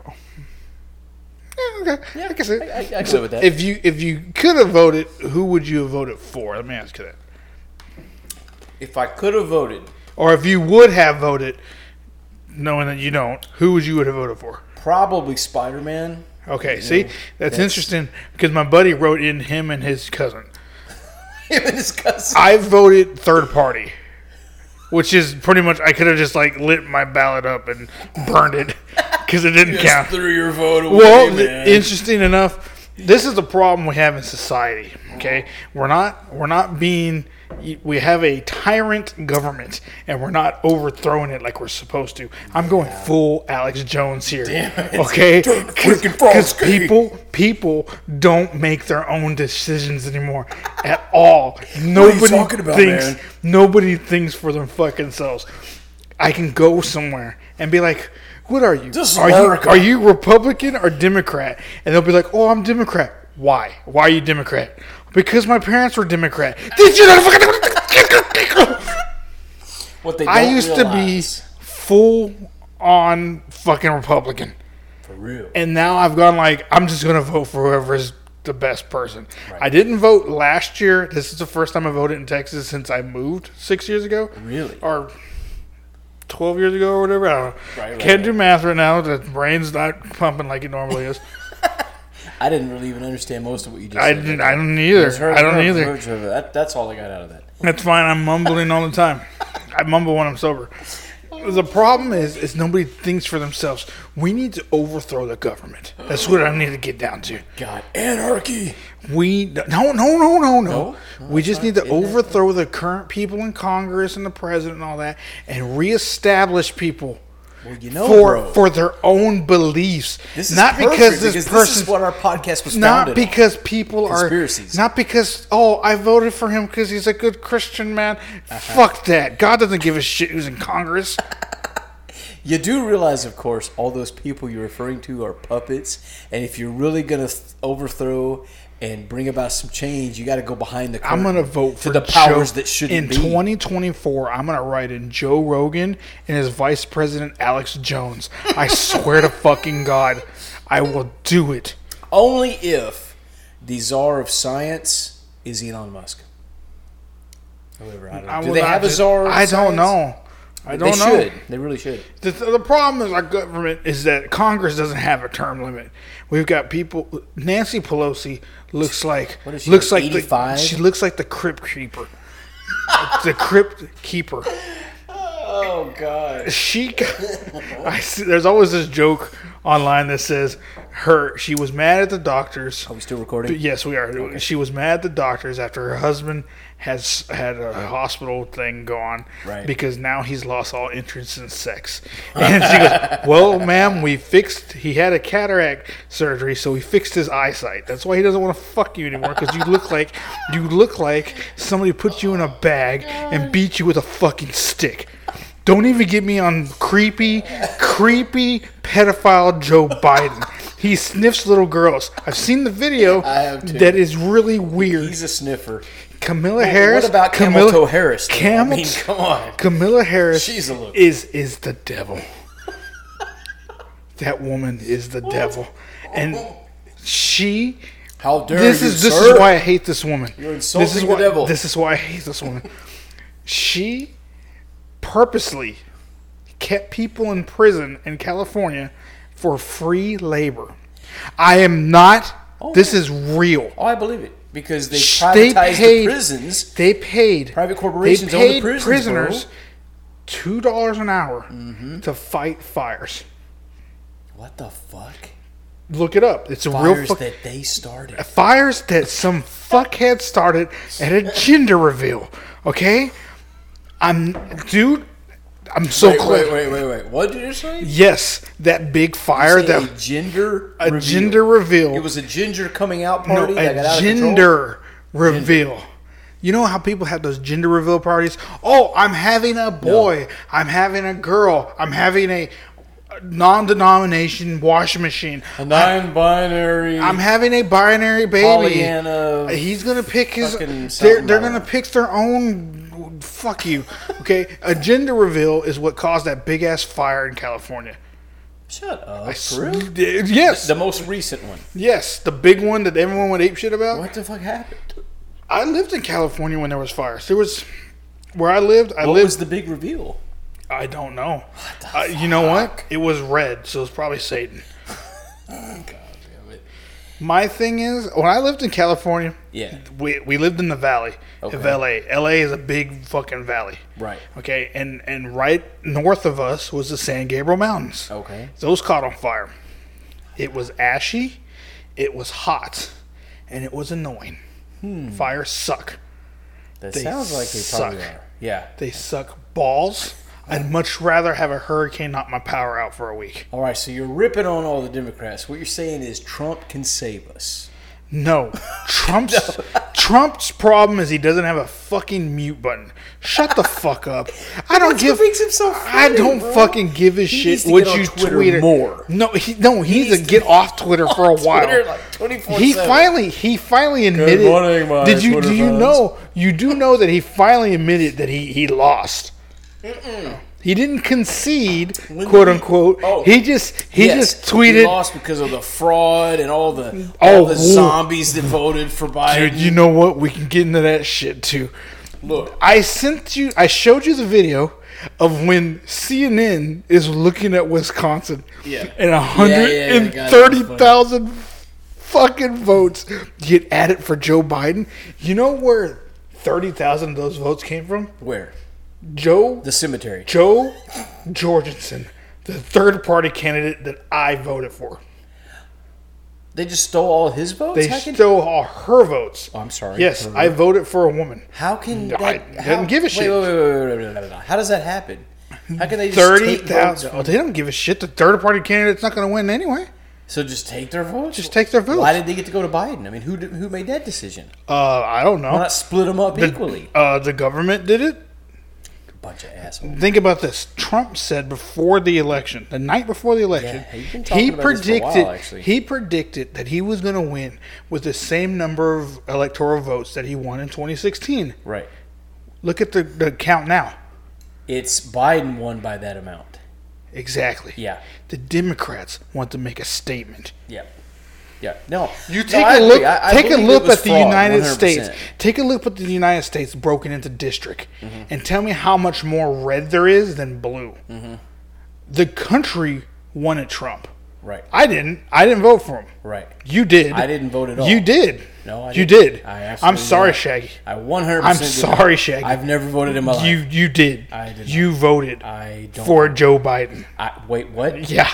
S3: okay. I guess it.
S4: I, I can
S3: So
S4: go with that.
S3: If you if you could have voted, who would you have voted for? Let me ask you that.
S4: if I could have voted,
S3: Or if you would have voted, knowing that you don't, who would you would have voted for?
S4: probably Spider Man.
S3: Okay, see, that's, interesting because my buddy wrote in him and his cousin.
S4: Him and his cousin.
S3: I voted third party, which is pretty much I could have just like lit my ballot up and burned it because it didn't count.
S4: threw your vote away,
S3: Well, th- interesting enough, this is the problem we have in society. Okay, we're not we're not being we have a tyrant government, and we're not overthrowing it like we're supposed to. I'm going full Alex Jones here. Okay,
S4: freaking frog
S3: because
S4: skin.
S3: people people don't make their own decisions anymore at all. Nobody
S4: talking about,
S3: thinks
S4: man?
S3: nobody thinks for their fucking selves. I can go somewhere and be like, "What are you?
S4: This is
S3: are you
S4: America."
S3: are you Republican or Democrat?" And they'll be like, "Oh, I'm Democrat. Why? Why are you Democrat? Because my parents were Democrat. Did you not fucking?"
S4: what they
S3: I
S4: don't
S3: used
S4: realize-
S3: to be full on fucking Republican,
S4: for real.
S3: and now I've gone like, I'm just gonna vote for whoever's the best person. I didn't vote last year. This is the first time I voted in Texas since I moved six years ago.
S4: Really?
S3: Or 12 years ago or whatever. I don't know.
S4: Right, right,
S3: Can't do
S4: right.
S3: math right now. The brain's not pumping like it normally is.
S4: I didn't really even understand most of what you just
S3: I
S4: said.
S3: didn't. I don't either.
S4: It's her-
S3: I don't
S4: her-
S3: either.
S4: her- her- that- that's all I got out of that.
S3: That's fine. I'm mumbling all the time. I mumble when I'm sober. the problem is is nobody thinks for themselves. We need to overthrow the government. That's what I need to get down to.
S4: God, anarchy.
S3: We no no no no no.
S4: No?
S3: we just need to overthrow the current people in Congress and the president and all that, and reestablish people
S4: Well, you know,
S3: for
S4: bro,
S3: for their own beliefs.
S4: this is
S3: not
S4: perfect,
S3: because this
S4: is
S3: person.
S4: what our podcast was
S3: Not
S4: founded on.
S3: because people are
S4: Conspiracies.
S3: not because oh I voted for him because he's a good Christian man.
S4: Uh-huh.
S3: Fuck that. God doesn't give a shit who's in Congress.
S4: You do realize, of course, all those people you're referring to are puppets, and if you're really going to overthrow and bring about some change, you got to go behind the curtain.
S3: I'm gonna vote for
S4: to the powers
S3: Joe-
S4: that shouldn't
S3: in
S4: be.
S3: 2024. I'm gonna write in Joe Rogan and his vice president Alex Jones. I swear to fucking God, I will do it.
S4: Only if the czar of science is Elon Musk. However, I don't know.
S3: I
S4: do
S3: will
S4: they
S3: not
S4: have a
S3: do-
S4: czar? of
S3: I don't
S4: science?
S3: know. I don't
S4: they
S3: know.
S4: should. They really should.
S3: The, the problem is our government is that Congress doesn't have a term limit. We've got people. Nancy Pelosi looks like
S4: What is she,
S3: looks like
S4: 85?
S3: the, she looks like the crypt keeper. the crypt keeper.
S4: Oh God!
S3: She. I see, there's always this joke online that says her she was mad at the doctors.
S4: Are we still recording?
S3: But Yes, we are. She was mad at the doctors after her husband has had a hospital thing go on
S4: Right.
S3: because now he's lost all interest in sex. And she goes, "Well, ma'am, we fixed. He had a cataract surgery, so we fixed his eyesight. That's why he doesn't want to fuck you anymore because you look like you look like somebody put you in a bag and beat you with a fucking stick." Don't even get me on creepy, creepy pedophile Joe Biden. He sniffs little girls. I've seen the video
S4: I have too.
S3: that is really weird.
S4: He's a sniffer.
S3: Camilla Harris.
S4: What about Camel
S3: Camilla
S4: Toe Harris? though?
S3: Camel.
S4: I mean, come on.
S3: Camilla Harris
S4: She's a little-
S3: is is the devil. that woman is the devil, and she.
S4: How dare
S3: This
S4: you,
S3: is this
S4: sir?
S3: is why I hate this woman.
S4: You're insulting
S3: this is
S4: the
S3: why,
S4: devil.
S3: This is why I hate this woman. she purposely kept people in prison in California for free labor. I am not. This is real.
S4: Oh, I believe it because they
S3: Sh-
S4: privatized the prisons.
S3: They paid
S4: Private corporations own the prisons, bro.
S3: prisoners two dollars an hour
S4: Mm-hmm.
S3: to fight fires.
S4: What the fuck?
S3: Look it up. It's a real
S4: Fires
S3: fuck-
S4: that they started.
S3: fires that some fuckhead started at a gender reveal. Okay, I'm dude. I'm so
S4: Wait,
S3: close.
S4: wait, wait, wait, wait. What did you say?
S3: Yes, that big fire
S4: Say
S3: that
S4: a gender
S3: a
S4: reveal.
S3: gender reveal.
S4: It was a ginger coming out
S3: No,
S4: party that got out
S3: a
S4: of control.
S3: gender reveal. You know how people have those gender reveal parties? Oh, I'm having a boy. I'm having a girl. I'm having a non-denomination washing machine.
S4: A non-binary.
S3: I'm having a binary baby.
S4: Pollyanna,
S3: He's gonna pick his.
S4: fucking
S3: They're,
S4: something
S3: they're
S4: about
S3: gonna
S4: it.
S3: pick their own. Fuck you. Okay, a gender reveal is what caused that big ass fire in California.
S4: Shut up. for real?
S3: Yes,
S4: The most recent one.
S3: yes, the big one that everyone went ape shit about.
S4: What the fuck happened?
S3: I lived in California when there was fires. There was where I lived. I
S4: What
S3: lived.
S4: was the big reveal?
S3: I don't know. Uh, you know what? It was red, so it's probably Satan.
S4: God damn it.
S3: My thing is, when I lived in California,
S4: Yeah.
S3: we we lived in the valley of
S4: Okay.
S3: L.A. L.A. is a big fucking valley.
S4: Right.
S3: Okay, and and right north of us was the San Gabriel Mountains.
S4: Okay.
S3: Those caught on fire. It was ashy, it was hot, and it was annoying.
S4: Hmm.
S3: Fires suck.
S4: That
S3: They
S4: sounds like they probably
S3: suck.
S4: are. Yeah.
S3: They suck balls. I'd much rather have a hurricane knock my power out for a week.
S4: All right, so you're ripping on all the Democrats. What you're saying is Trump can save us.
S3: No, Trump's Trump's problem is he doesn't have a fucking mute button. Shut the fuck up. I don't
S4: That's what
S3: give.
S4: makes him so
S3: I
S4: funny,
S3: don't
S4: bro.
S3: fucking give a
S4: He
S3: shit
S4: needs to
S3: what
S4: get on
S3: you
S4: Twitter
S3: tweeted.
S4: more.
S3: No, he no. He, needs to get off Twitter for a while.
S4: Twitter, like, 24/7.
S3: he finally he finally admitted.
S4: morning, my
S3: did you
S4: Twitter
S3: do you
S4: fans.
S3: know you do know that he finally admitted that he he lost. He didn't concede,
S4: When
S3: quote
S4: did he-
S3: unquote.
S4: Oh.
S3: He just he
S4: Yes,
S3: just tweeted.
S4: he lost because of the fraud and all the
S3: Oh,
S4: all the
S3: woo.
S4: zombies that voted for Biden.
S3: Dude, you know what? We can get into that shit too.
S4: Look,
S3: I sent you, I showed you the video of when CNN is looking at Wisconsin.
S4: Yeah.
S3: And
S4: Yeah, yeah, yeah, God, that was
S3: 130,000 fucking votes get added for Joe Biden. You know where 30,000 of those votes came from?
S4: where?
S3: Joe
S4: The cemetery.
S3: Joe Jorgensen, the third party candidate that I voted for.
S4: They just stole all his votes.
S3: They
S4: how can,
S3: stole all her votes.
S4: Oh, I'm sorry.
S3: Yes,
S4: Her
S3: I voted for a woman.
S4: how can
S3: I
S4: that?
S3: didn't
S4: how-
S3: give a
S4: wait,
S3: shit.
S4: Wait, wait, wait, wait, wait, wait, wait, wait. How does that happen? How can they just
S3: Thirty
S4: take votes
S3: thousand.
S4: from-
S3: Oh, they don't give a shit. The third party candidate's not going to win anyway.
S4: So just take their votes.
S3: Just take their votes.
S4: Why did they get to go to Biden? I mean, who did, who made that decision?
S3: Uh, I don't know.
S4: Why not split them up
S3: The-
S4: equally?
S3: Uh, the government did it.
S4: Bunch of assholes.
S3: Think about this. Trump said before the election, the night before the election,
S4: Yeah, he's been talking
S3: he
S4: about this for a while,
S3: predicted
S4: actually.
S3: he predicted that he was going to win with the same number of electoral votes that he won in 2016.
S4: Right.
S3: Look at the, the count now.
S4: It's Biden won by that amount.
S3: Exactly.
S4: Yeah.
S3: The Democrats want to make a statement.
S4: Yeah. Yeah. No.
S3: You
S4: No,
S3: take
S4: I
S3: a
S4: agree.
S3: look.
S4: I- I
S3: take a
S4: believe it
S3: look
S4: was
S3: at the
S4: fraud,
S3: United
S4: 100%.
S3: States. Take a look at the United States broken into district,
S4: Mm-hmm.
S3: and tell me how much more red there is than blue.
S4: Mm-hmm.
S3: The country wanted Trump.
S4: Right.
S3: I didn't. I didn't vote for him.
S4: Right.
S3: You did.
S4: I didn't vote at all.
S3: You did.
S4: No, I
S3: you
S4: didn't.
S3: did.
S4: I
S3: I'm
S4: absolutely
S3: sorry,
S4: did.
S3: Shaggy.
S4: I 100.
S3: I'm sorry, Shaggy.
S4: I've never voted in my life.
S3: You you did.
S4: I did not.
S3: You voted
S4: I don't-
S3: for Joe Biden.
S4: I, wait, what?
S3: Yeah,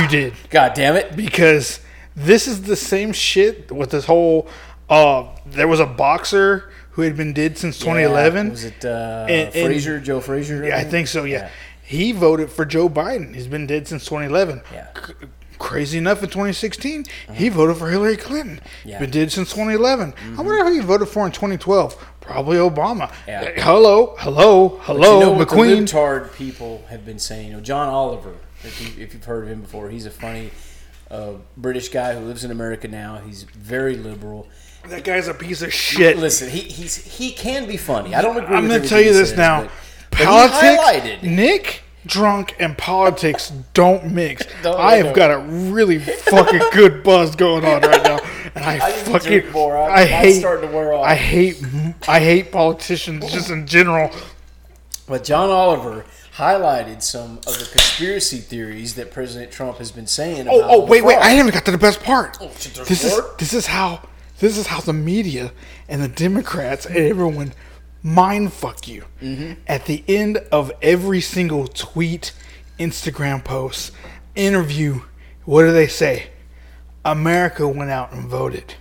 S3: you did.
S4: God damn it!
S3: because this is the same shit with this whole uh there was a boxer who had been dead since 2011
S4: Yeah, was it uh,
S3: And- and-
S4: Frazier? Joe Frazier?
S3: yeah, i think so yeah.
S4: Yeah.
S3: he voted for joe biden he's been dead since 2011
S4: Yeah. Uh-huh.
S3: C- crazy enough in 2016 he voted for hillary clinton
S4: Yeah. Mm-hmm.
S3: been dead since 2011 i wonder who he voted for in 2012 probably obama
S4: Yeah.
S3: Uh, hello hello hello
S4: you know what
S3: mcqueen
S4: The libtard people have been saying. You know, John Oliver, if, you, if you've heard of him before, he's a funny uh, British guy who lives in America now. He's very liberal.
S3: that guy's a piece of shit
S4: Listen, he he's he can be funny. I don't agree.
S3: I'm going
S4: with
S3: to
S4: everything
S3: tell you
S4: he
S3: this
S4: says,
S3: now.
S4: but- but he
S3: Politics,
S4: highlighted-
S3: Nick, drunk, and politics don't mix.
S4: Don't-
S3: I have
S4: don't.
S3: got a really fucking good buzz going on right now, and I,
S4: I need to drink
S3: fucking
S4: more. I-
S3: I
S4: mine's
S3: hate
S4: starting to wear off.
S3: I hate I hate politicians just in general.
S4: But John Oliver highlighted some of the conspiracy theories that President Trump has been saying. About
S3: Oh, oh, wait, wait!
S4: fraud.
S3: I haven't got to the best part.
S4: Oh, shit, there's
S3: This is
S4: more?
S3: this is how this is how the media and the Democrats and everyone mind fuck you.
S4: Mm-hmm.
S3: At the end of every single tweet, Instagram post, interview, what do they say? America went out and voted.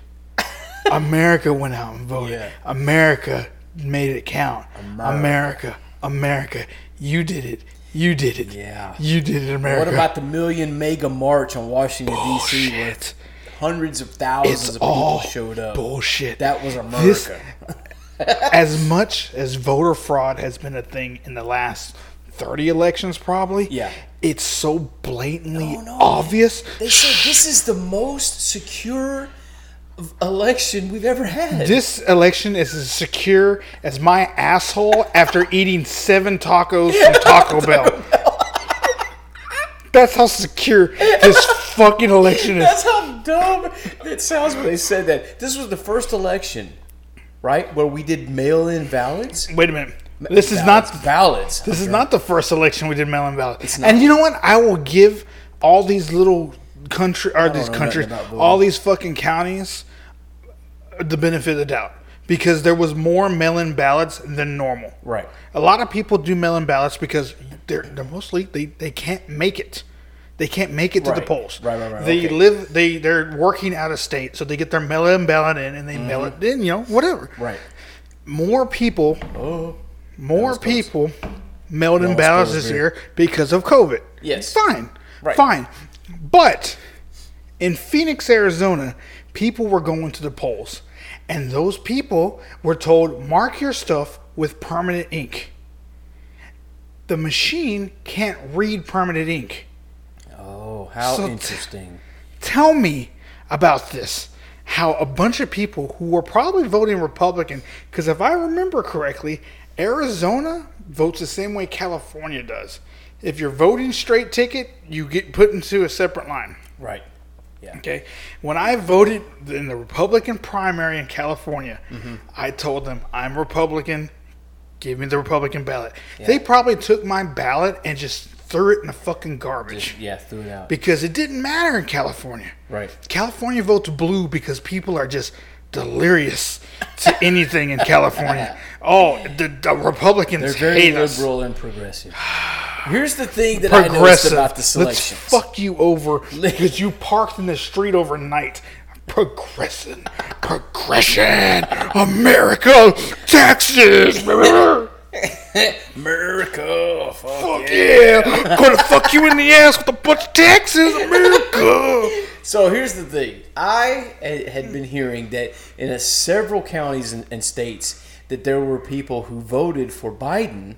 S3: America went out and voted.
S4: Yeah.
S3: America made it count. America. America, you did it. You did it.
S4: Yeah.
S3: You did it, America.
S4: What about the million mega march on Washington D.C. where
S3: Bullshit.
S4: hundreds of
S3: It's
S4: thousands of people
S3: all
S4: showed up?
S3: Bullshit.
S4: That was America.
S3: This- as much as voter fraud has been a thing in the last 30 elections, probably.
S4: Yeah.
S3: It's so blatantly
S4: No, no.
S3: obvious.
S4: They said this is the most secure v- election we've ever had.
S3: This election is as secure as my asshole after eating seven tacos from Taco Bell. That's how secure this fucking election is.
S4: That's how dumb it sounds when they said that. This was the first election, right, where we did mail-in ballots.
S3: Wait a minute. This is not
S4: Ballots, ballots.
S3: This is not the first election we did mail-in ballot.
S4: not.
S3: And you know what? I will give all these little country or these
S4: know nothing
S3: countries,
S4: about voting.
S3: all these fucking counties, uh, the benefit of the doubt because there was more mail-in ballots than normal.
S4: Right.
S3: A lot of people do mail-in ballots because they're, they're mostly they, they can't make it. They can't make it to the
S4: Right.
S3: polls.
S4: Right, right, right,
S3: They
S4: okay.
S3: live. They they're working out of state, so they get their mail-in ballot in and they mail
S4: Mm-hmm.
S3: it in. You know, whatever.
S4: Right.
S3: More people
S4: Oh.
S3: more people mailed in
S4: Lost
S3: ballots
S4: those
S3: this
S4: here.
S3: year because of COVID.
S4: Yes.
S3: Fine.
S4: Right.
S3: Fine. But in Phoenix, Arizona, people were going to the polls. And those people were told, mark your stuff with permanent ink. The machine can't read permanent ink.
S4: Oh, how
S3: So-
S4: interesting.
S3: Tell me about this. How a bunch of people who were probably voting Republican, because if I remember correctly, Arizona votes the same way California does. If you're voting straight ticket, you get put into a separate line.
S4: Right. Yeah.
S3: Okay. When I voted in the Republican primary in California, I told them I'm Republican. Give me the Republican ballot. They probably took my ballot and just threw it in the fucking garbage
S4: Yeah, threw it out.
S3: because it didn't matter in California.
S4: Right.
S3: California votes blue because people are just delirious to anything in California. Oh, the, the Republicans
S4: They're very
S3: hate us.
S4: liberal and progressive. Here's the thing that I noticed
S3: Progressive.
S4: about the selections.
S3: Let's fuck you over because you parked in the street overnight. Progression, progression, America, Texas.
S4: America, fuck
S3: Fuck yeah. Gonna fuck you in the ass with a bunch of taxes, America.
S4: So here's the thing. I ha- had been hearing that in a several counties and, and states that there were people who voted for Biden,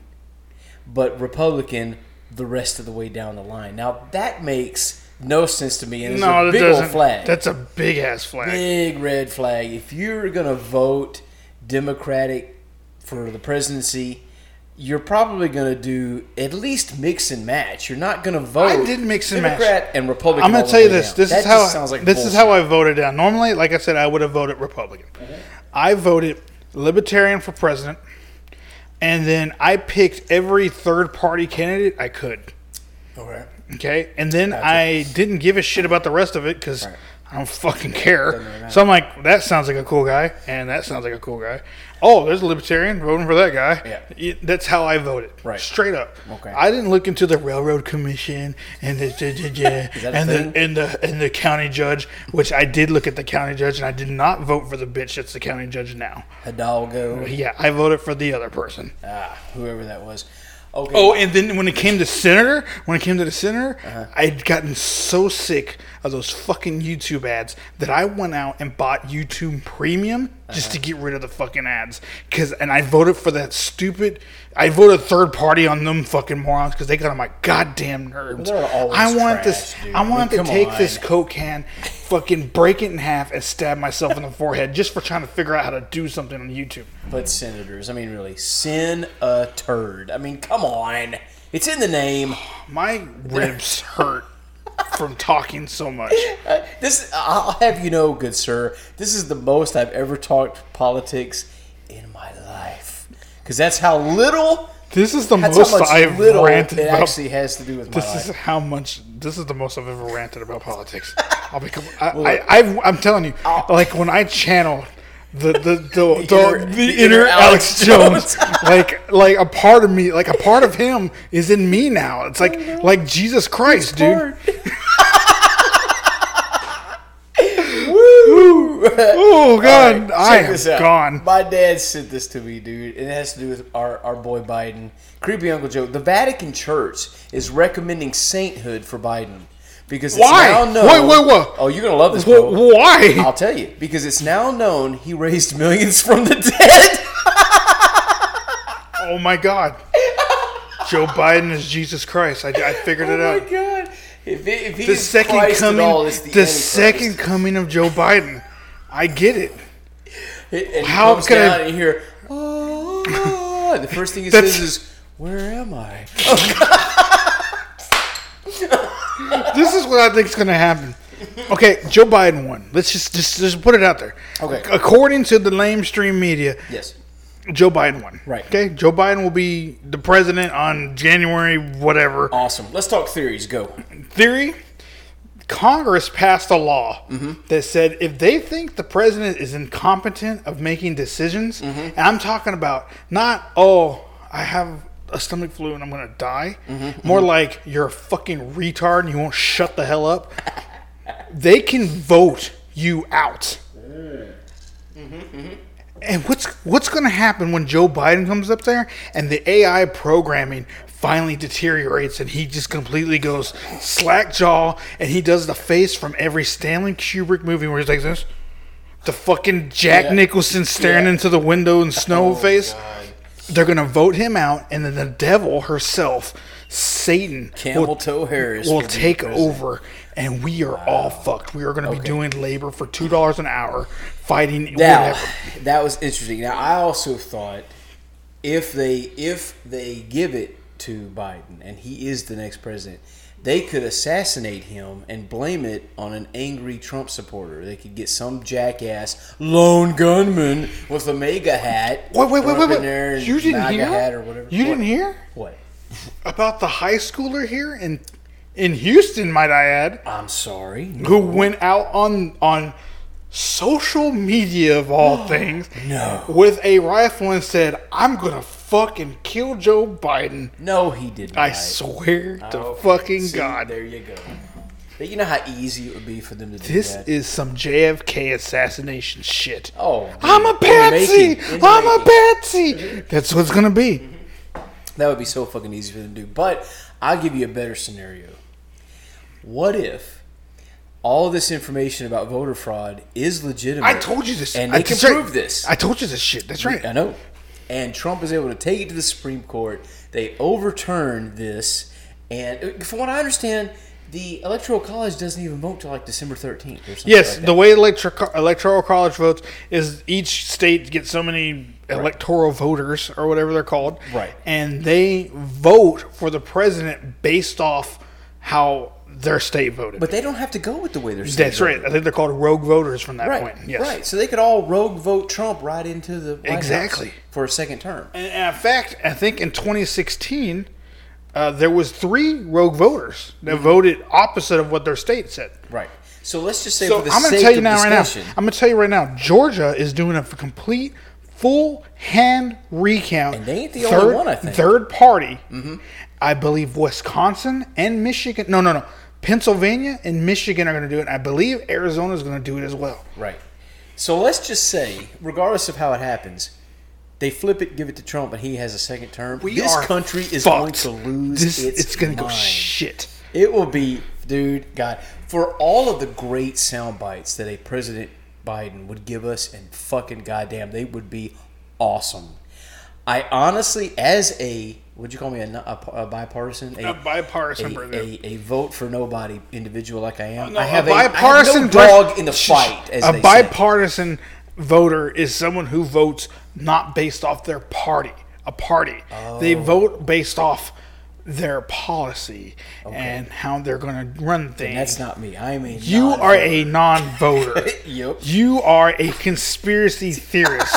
S4: but Republican the rest of the way down the line. Now that makes no sense to me. And it's
S3: No,
S4: a
S3: that
S4: big old
S3: doesn't.
S4: flag.
S3: That's a big ass flag.
S4: big red flag. If you're gonna vote Democratic for the presidency, you're probably gonna do at least mix and match. You're not gonna vote.
S3: I did mix and match.
S4: Democrat and Republican.
S3: I'm
S4: all
S3: gonna
S4: the
S3: tell you
S4: way
S3: this.
S4: down.
S3: This
S4: That
S3: is how
S4: just sounds like
S3: this is
S4: bullshit. Mm-hmm.
S3: how I voted down. Normally, like I said, I would have voted Republican. I voted Libertarian for president, and then I picked every third party candidate I could.
S4: Okay.
S3: Okay, and then I didn't give a shit about the rest of it because
S4: Right.
S3: I don't fucking care. So I'm like, that sounds like a cool guy, and that sounds like a cool guy. Oh, there's a libertarian voting for that guy.
S4: Yeah.
S3: Y- that's how I voted.
S4: Right.
S3: straight up.
S4: Okay.
S3: I didn't look into the railroad commission and the
S4: that a
S3: and
S4: thing?
S3: the and the and the county judge, which I did look at the county judge, and I did not vote for the bitch that's the county judge now.
S4: Hidalgo,
S3: Yeah, I voted for the other person.
S4: ah, whoever that was. Okay.
S3: Oh, and then when it came to senator, when it came to the senator,
S4: Uh-huh.
S3: I'd gotten so sick of those fucking YouTube ads that I went out and bought YouTube Premium just
S4: Uh-huh.
S3: to get rid of the fucking ads. Cause and I voted for that stupid. I voted third party on them fucking morons because they got on my goddamn nerves.
S4: They're always
S3: I want this.
S4: trash, dude.
S3: I want
S4: I mean,
S3: to
S4: come
S3: take
S4: on.
S3: this coke can, fucking break it in half and stab myself in the forehead just for trying to figure out how to do something on YouTube.
S4: But senators, I mean, really, sin a turd. I mean, come on. It's in the name.
S3: My ribs hurt from talking so much.
S4: This, I'll have you know, good sir, this is the most I've ever talked politics in my life. Because that's how little,
S3: This is the
S4: that's
S3: most
S4: how much
S3: I've
S4: little it
S3: ranted about.
S4: actually has to do with my
S3: this
S4: life.
S3: is how much. This is the most I've ever ranted about politics. I'll become. I, I, I've, I'm telling you,
S4: Oh.
S3: like when I channeled the the the, the,
S4: inner-
S3: the,
S4: the
S3: inner,
S4: inner Alex
S3: Alex Jones, like like a part of me, like a part of him is in me now. It's like like Jesus Christ, dude. Oh God, I
S4: Check
S3: am
S4: this out.
S3: gone.
S4: My dad sent this to me, dude. and It has to do with our, our boy Biden. Creepy Uncle Joe. The Vatican Church is recommending sainthood for Biden because it's
S3: Why?
S4: now known.
S3: Wait, wait, wait.
S4: Oh, you're gonna love this.
S3: Wh-
S4: Bro.
S3: Why?
S4: I'll tell you because it's now known he raised millions from the dead.
S3: Oh my God. Joe Biden is Jesus Christ. I, I figured it
S4: oh
S3: out.
S4: my god! If, it- if he's
S3: the second
S4: Christ
S3: coming,
S4: at all, it's the,
S3: the second coming of Joe Biden. I get it.
S4: how
S3: how
S4: comes
S3: can I-
S4: down and you hear? Oh, and the first thing he
S3: That's-
S4: says is, "Where am I?"
S3: This is what I think is going to happen. Okay, Joe Biden won. Let's just just just put it out there.
S4: Okay.
S3: According to the lamestream media,
S4: Yes.
S3: Joe Biden won.
S4: Right.
S3: Okay. Joe Biden will be the president on January whatever.
S4: Awesome. Let's talk theories. Go.
S3: theory, Congress passed a law that said if they think the president is incompetent of making decisions, and I'm talking about not, oh, I have a stomach flu and I'm going to die, more like you're a fucking retard and you won't shut the hell up, they can vote you out.
S4: Mm.
S3: And what's what's going to happen when Joe Biden comes up there and the AI programming finally deteriorates and he just completely goes slack jaw and he does the face from every Stanley Kubrick movie where he's like this, the fucking Jack Nicholson staring
S4: Yeah. Oh,
S3: into the window and snow face. They're going to vote him out, and then the devil herself, Satan,
S4: Campbell
S3: will-
S4: Toe Harris
S3: will
S4: will be
S3: take over, and we are all fucked. We are going to be doing labor for two dollars an hour, fighting
S4: Now,
S3: whatever.
S4: that was interesting. Now, I also thought if they if they give it to Biden and he is the next president, they could assassinate him and blame it on an angry Trump supporter. They could get some jackass lone gunman with a mega hat.
S3: Wait, wait,
S4: run
S3: wait,
S4: up
S3: wait,
S4: in there and
S3: wait. You didn't
S4: MAGA
S3: hear?
S4: hat or whatever.
S3: You
S4: What?
S3: didn't hear
S4: What?
S3: about the high schooler here in in Houston, might I add,
S4: I'm sorry.
S3: who went out on on social media of all things
S4: No.
S3: with a rifle and said, I'm going to fucking kill Joe Biden.
S4: No, he did not.
S3: I swear to
S4: Oh,
S3: fucking
S4: see,
S3: God.
S4: There you go. But you know how easy it would be for them to do
S3: This
S4: that.
S3: is some JFK assassination shit.
S4: oh,
S3: I'm a
S4: dude, in the making,
S3: patsy.
S4: in the
S3: I'm a
S4: making.
S3: patsy. That's what's gonna be.
S4: That would be so fucking easy for them to do. But I'll give you a better scenario. What if all this information about voter fraud is legitimate?
S3: I told you this.
S4: and
S3: I,
S4: they can
S3: that's right.
S4: prove this.
S3: I told you this shit. That's right.
S4: I know. And Trump is able to take it to the Supreme Court. They overturn this, and uh, from what I understand, the Electoral College doesn't even vote till like December thirteenth or something.
S3: Yes,
S4: like
S3: the
S4: that.
S3: way electro- electoral college votes is each state gets so many electoral voters or whatever they're called,
S4: Right.
S3: And they vote for the president based off how their state voted.
S4: but they don't have to go with the way they're.
S3: that's
S4: voting.
S3: right. I think they're called rogue voters from that
S4: Right.
S3: point. Yes,
S4: Right. So they could all rogue vote Trump right into the White House
S3: Exactly.
S4: for a second term.
S3: And and in fact, I think in 2016, uh, there was three rogue voters that voted opposite of what their state said.
S4: Mm-hmm. Right. So let's just say
S3: So
S4: for the
S3: I'm going
S4: sake
S3: to tell you
S4: of
S3: now, right now.
S4: discussion,
S3: I'm going to tell you right now. Georgia is doing a f- complete full hand recount.
S4: And they ain't the
S3: third,
S4: only one, I think. Mm-hmm.
S3: Third party. I believe Wisconsin and Michigan. No, no, no. Pennsylvania and Michigan are going to do it. I believe Arizona is going to do it as well.
S4: right. So let's just say, regardless of how it happens, they flip it, give it to Trump, and he has a second term.
S3: We
S4: this
S3: are
S4: country is
S3: fucked.
S4: going to lose
S3: This,
S4: its,
S3: it's going to go
S4: mind.
S3: shit.
S4: It will be, dude, God, for all of the great sound bites that a President Biden would give us, and fucking goddamn, they would be awesome. I honestly, as a, would you call me a, no- a, a bipartisan? A,
S3: A bipartisan
S4: a,
S3: brother.
S4: a, a vote for nobody individual like I am.
S3: No,
S4: I have a,
S3: a bipartisan
S4: I have no
S3: pres-
S4: dog in the
S3: Shh,
S4: fight, as
S3: a
S4: they say.
S3: bipartisan voter is someone who votes not based off their party. A party. They
S4: Oh.
S3: vote based off their policy and how they're going to run things.
S4: That's not me. I mean,
S3: you are a non-voter.
S4: Yep.
S3: You are a conspiracy theorist,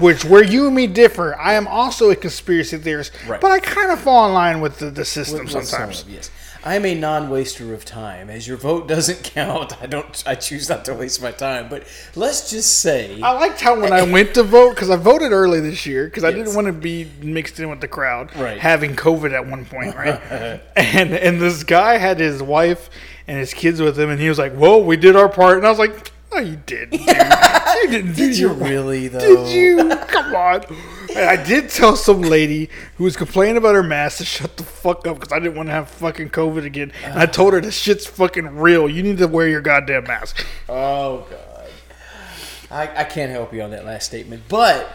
S3: which where you and me differ. I am also a conspiracy theorist,
S4: Right.
S3: but I kind of fall in line with the, the system
S4: Well, some
S3: sometimes.
S4: of, yes. I'm a non-waster of time. As your vote doesn't count, I don't. I choose not to waste my time. But let's just say,
S3: I liked how when I went to vote because I voted early this year because I didn't
S4: Yes.
S3: want to be mixed in with the crowd,
S4: Right.
S3: having COVID at one point, right? and and this guy had his wife and his kids with him, and he was like, "Whoa, we did our part," and I was like, "No, you didn't. Dude. You didn't do
S4: did you
S3: your part.
S4: really though?
S3: Did you? Come on." And I did tell some lady who was complaining about her mask to shut the fuck up because I didn't want to have fucking COVID again. And I told her this shit's fucking real. You need to wear your goddamn mask.
S4: Oh God, I, I can't help you on that last statement. But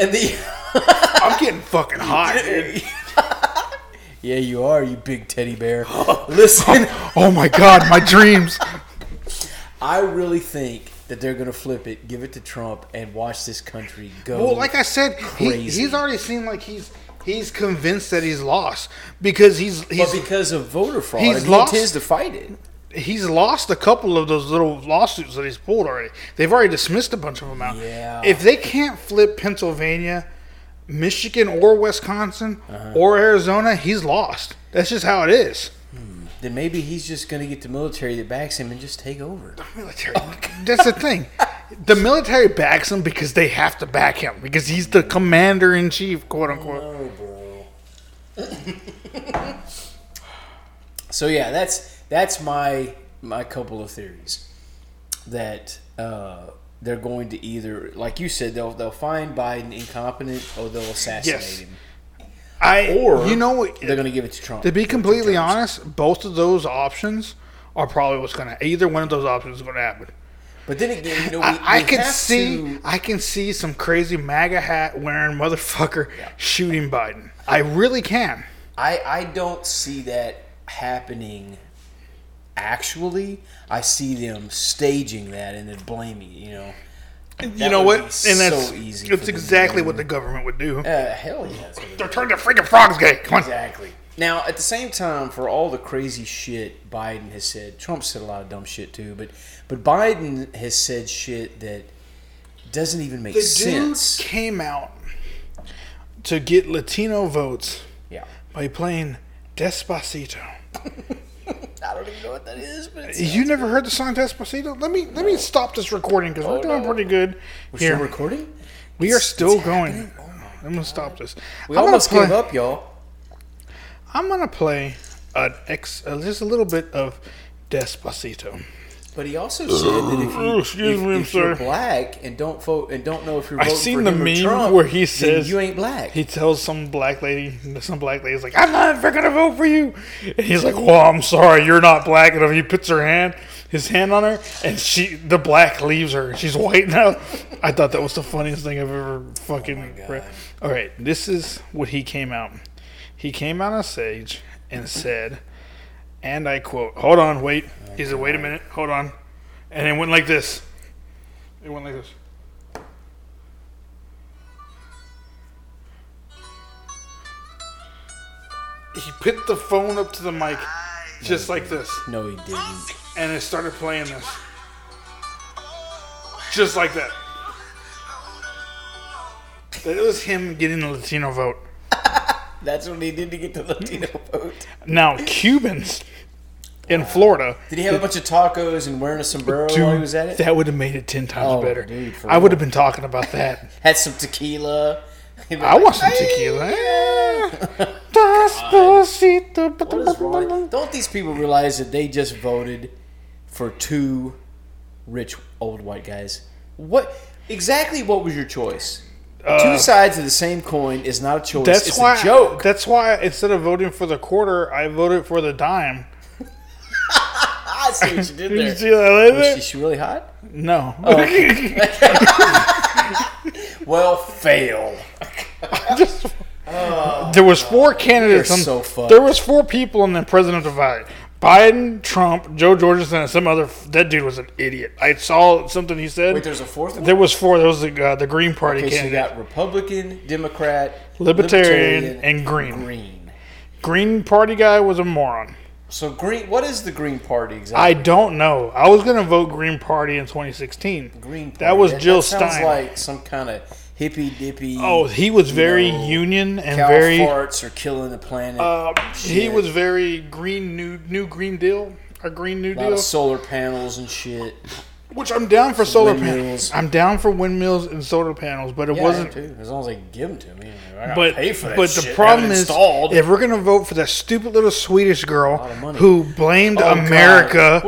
S4: and the
S3: I'm getting fucking hot. dude.
S4: yeah, you are you big teddy bear. Listen,
S3: Oh my god, my dreams.
S4: I really think that they're gonna flip it, give it to Trump, and watch this country go.
S3: Well, like I said, he,
S4: Crazy.
S3: he's already seemed like he's he's convinced that he's lost because he's
S4: but
S3: he's
S4: because of voter fraud,
S3: he's
S4: and
S3: lost-
S4: he intends to fight it.
S3: he's lost a couple of those little lawsuits that he's pulled already. They've already dismissed a bunch of them out.
S4: Yeah.
S3: If they can't flip Pennsylvania, Michigan, or Wisconsin
S4: Uh-huh.
S3: or Arizona, he's lost. That's just how it is.
S4: Then maybe he's just gonna get the military that backs him and just take over.
S3: Military. That's the thing. The military backs him because they have to back him because he's the commander in chief, quote unquote.
S4: Oh, bro. so yeah, that's that's my my couple of theories that uh, they're going to either, like you said, they'll they'll find Biden incompetent or they'll assassinate
S3: Yes.
S4: him,
S3: I
S4: or
S3: you know what-
S4: they're going to give it to Trump.
S3: To be completely
S4: terms.
S3: honest, both of those options are probably what's going to either one of those options is going to happen.
S4: But then again, you know, we,
S3: I, I
S4: we
S3: can
S4: have
S3: see
S4: to-
S3: I can see some crazy MAGA hat wearing motherfucker shooting Biden. I really can.
S4: I, I don't see that happening actually. I see them staging that and then blaming it, you know.
S3: you
S4: That
S3: know
S4: would
S3: what?
S4: be
S3: And
S4: so
S3: that's
S4: easy for them
S3: that's
S4: to
S3: exactly
S4: do.
S3: what the government would do.
S4: Uh, hell yeah. that's what it is.
S3: They're turning the freaking frogs gay. Come on.
S4: Exactly. Now, at the same time, for all the crazy shit Biden has said, Trump said a lot of dumb shit too, but but Biden has said shit that doesn't even make
S3: The
S4: sense.
S3: dude came out to get Latino votes
S4: Yeah.
S3: by playing Despacito.
S4: I don't don't even know what that is, but it's
S3: You never heard the song Despacito? Let me let me stop this recording because
S4: Oh,
S3: we're doing pretty good
S4: still
S3: here.
S4: recording.
S3: We are still
S4: it's
S3: going.
S4: happening? Oh my
S3: I'm gonna stop this.
S4: We
S3: I'm gonna
S4: almost
S3: play,
S4: gave up, y'all.
S3: I'm gonna play an ex, uh, just a little bit of Despacito.
S4: But he also said that if, you,
S3: Oh, excuse
S4: if,
S3: me, I'm
S4: if
S3: sorry.
S4: you're black and don't vote and don't know if you're
S3: I've
S4: voting
S3: seen
S4: for
S3: the
S4: him or
S3: meme
S4: Trump,
S3: where he
S4: then
S3: says-
S4: you ain't black.
S3: He tells some black lady, some black lady's like, "I'm not ever gonna vote for you," and he's like, "Well, I'm sorry, you're not black." And he puts her hand, his hand on her, and she, the black leaves her. She's white now. I thought that was the funniest thing I've ever fucking
S4: God.
S3: read. All right, this is what he came out. He came out on stage and said, and I quote, "Hold on, wait." He said, "Wait a minute, hold on," and it went like this. It went like this. He put the phone up to the mic, just like this,
S4: no, he didn't.
S3: and it started playing this, just like that. That was him getting the Latino vote.
S4: That's what he did to get the Latino vote.
S3: Now Cubans in Florida.
S4: Did he have a bunch of tacos and wearing a sombrero while he was at it?
S3: that would have made it ten times
S4: Oh,
S3: better.
S4: dude, for
S3: I would have
S4: real.
S3: been talking about that.
S4: Had some tequila. He was
S3: I
S4: like,
S3: want some
S4: "Hey!"
S3: tequila. Despacito.
S4: What is wrong? Don't these people realize that they just voted for two rich old white guys? What exactly? What was your choice? two sides of the same coin is not a choice.
S3: Uh, That's
S4: it's
S3: why.
S4: a joke.
S3: That's why instead of voting for the quarter, I voted for the dime.
S4: I see what you did
S3: Did you
S4: there. Oh,
S3: see that? later?
S4: Is she really hot?
S3: No.
S4: Well, fail.
S3: Just- there was four candidates.
S4: We are
S3: on-
S4: so fucked.
S3: there was four people in the presidential divide. Biden, Trump, Joe Georgeson, and some other. That dude was an idiot. I saw something he said.
S4: Wait, there's a fourth one.
S3: There was four. There was the, uh, the Green Party
S4: Okay, so you
S3: candidate.
S4: got Republican, Democrat,
S3: Libertarian, and Green.
S4: Green.
S3: Green Party guy was a moron.
S4: So Green, what is the Green Party exactly?
S3: I don't know. I was gonna vote Green Party in 2016.
S4: Green Party.
S3: That was Jill
S4: sounds
S3: Stein.
S4: like some kind of hippy dippy.
S3: Oh, he was very
S4: know,
S3: union and
S4: cow
S3: very.
S4: farts are killing the planet.
S3: Uh, he
S4: Shit.
S3: was very green new new Green Deal or Green New
S4: a lot
S3: Deal,
S4: of solar panels and shit.
S3: which I'm down for solar panels.
S4: windmills.
S3: I'm down for windmills and solar panels, but it
S4: Yeah,
S3: wasn't.
S4: too. As long as they give them to me, I gotta
S3: But
S4: pay for that
S3: but
S4: shit,
S3: the
S4: have
S3: problem
S4: it
S3: is,
S4: installed.
S3: if we're gonna vote for that stupid little Swedish girl
S4: of money.
S3: who blamed
S4: Oh, God.
S3: America,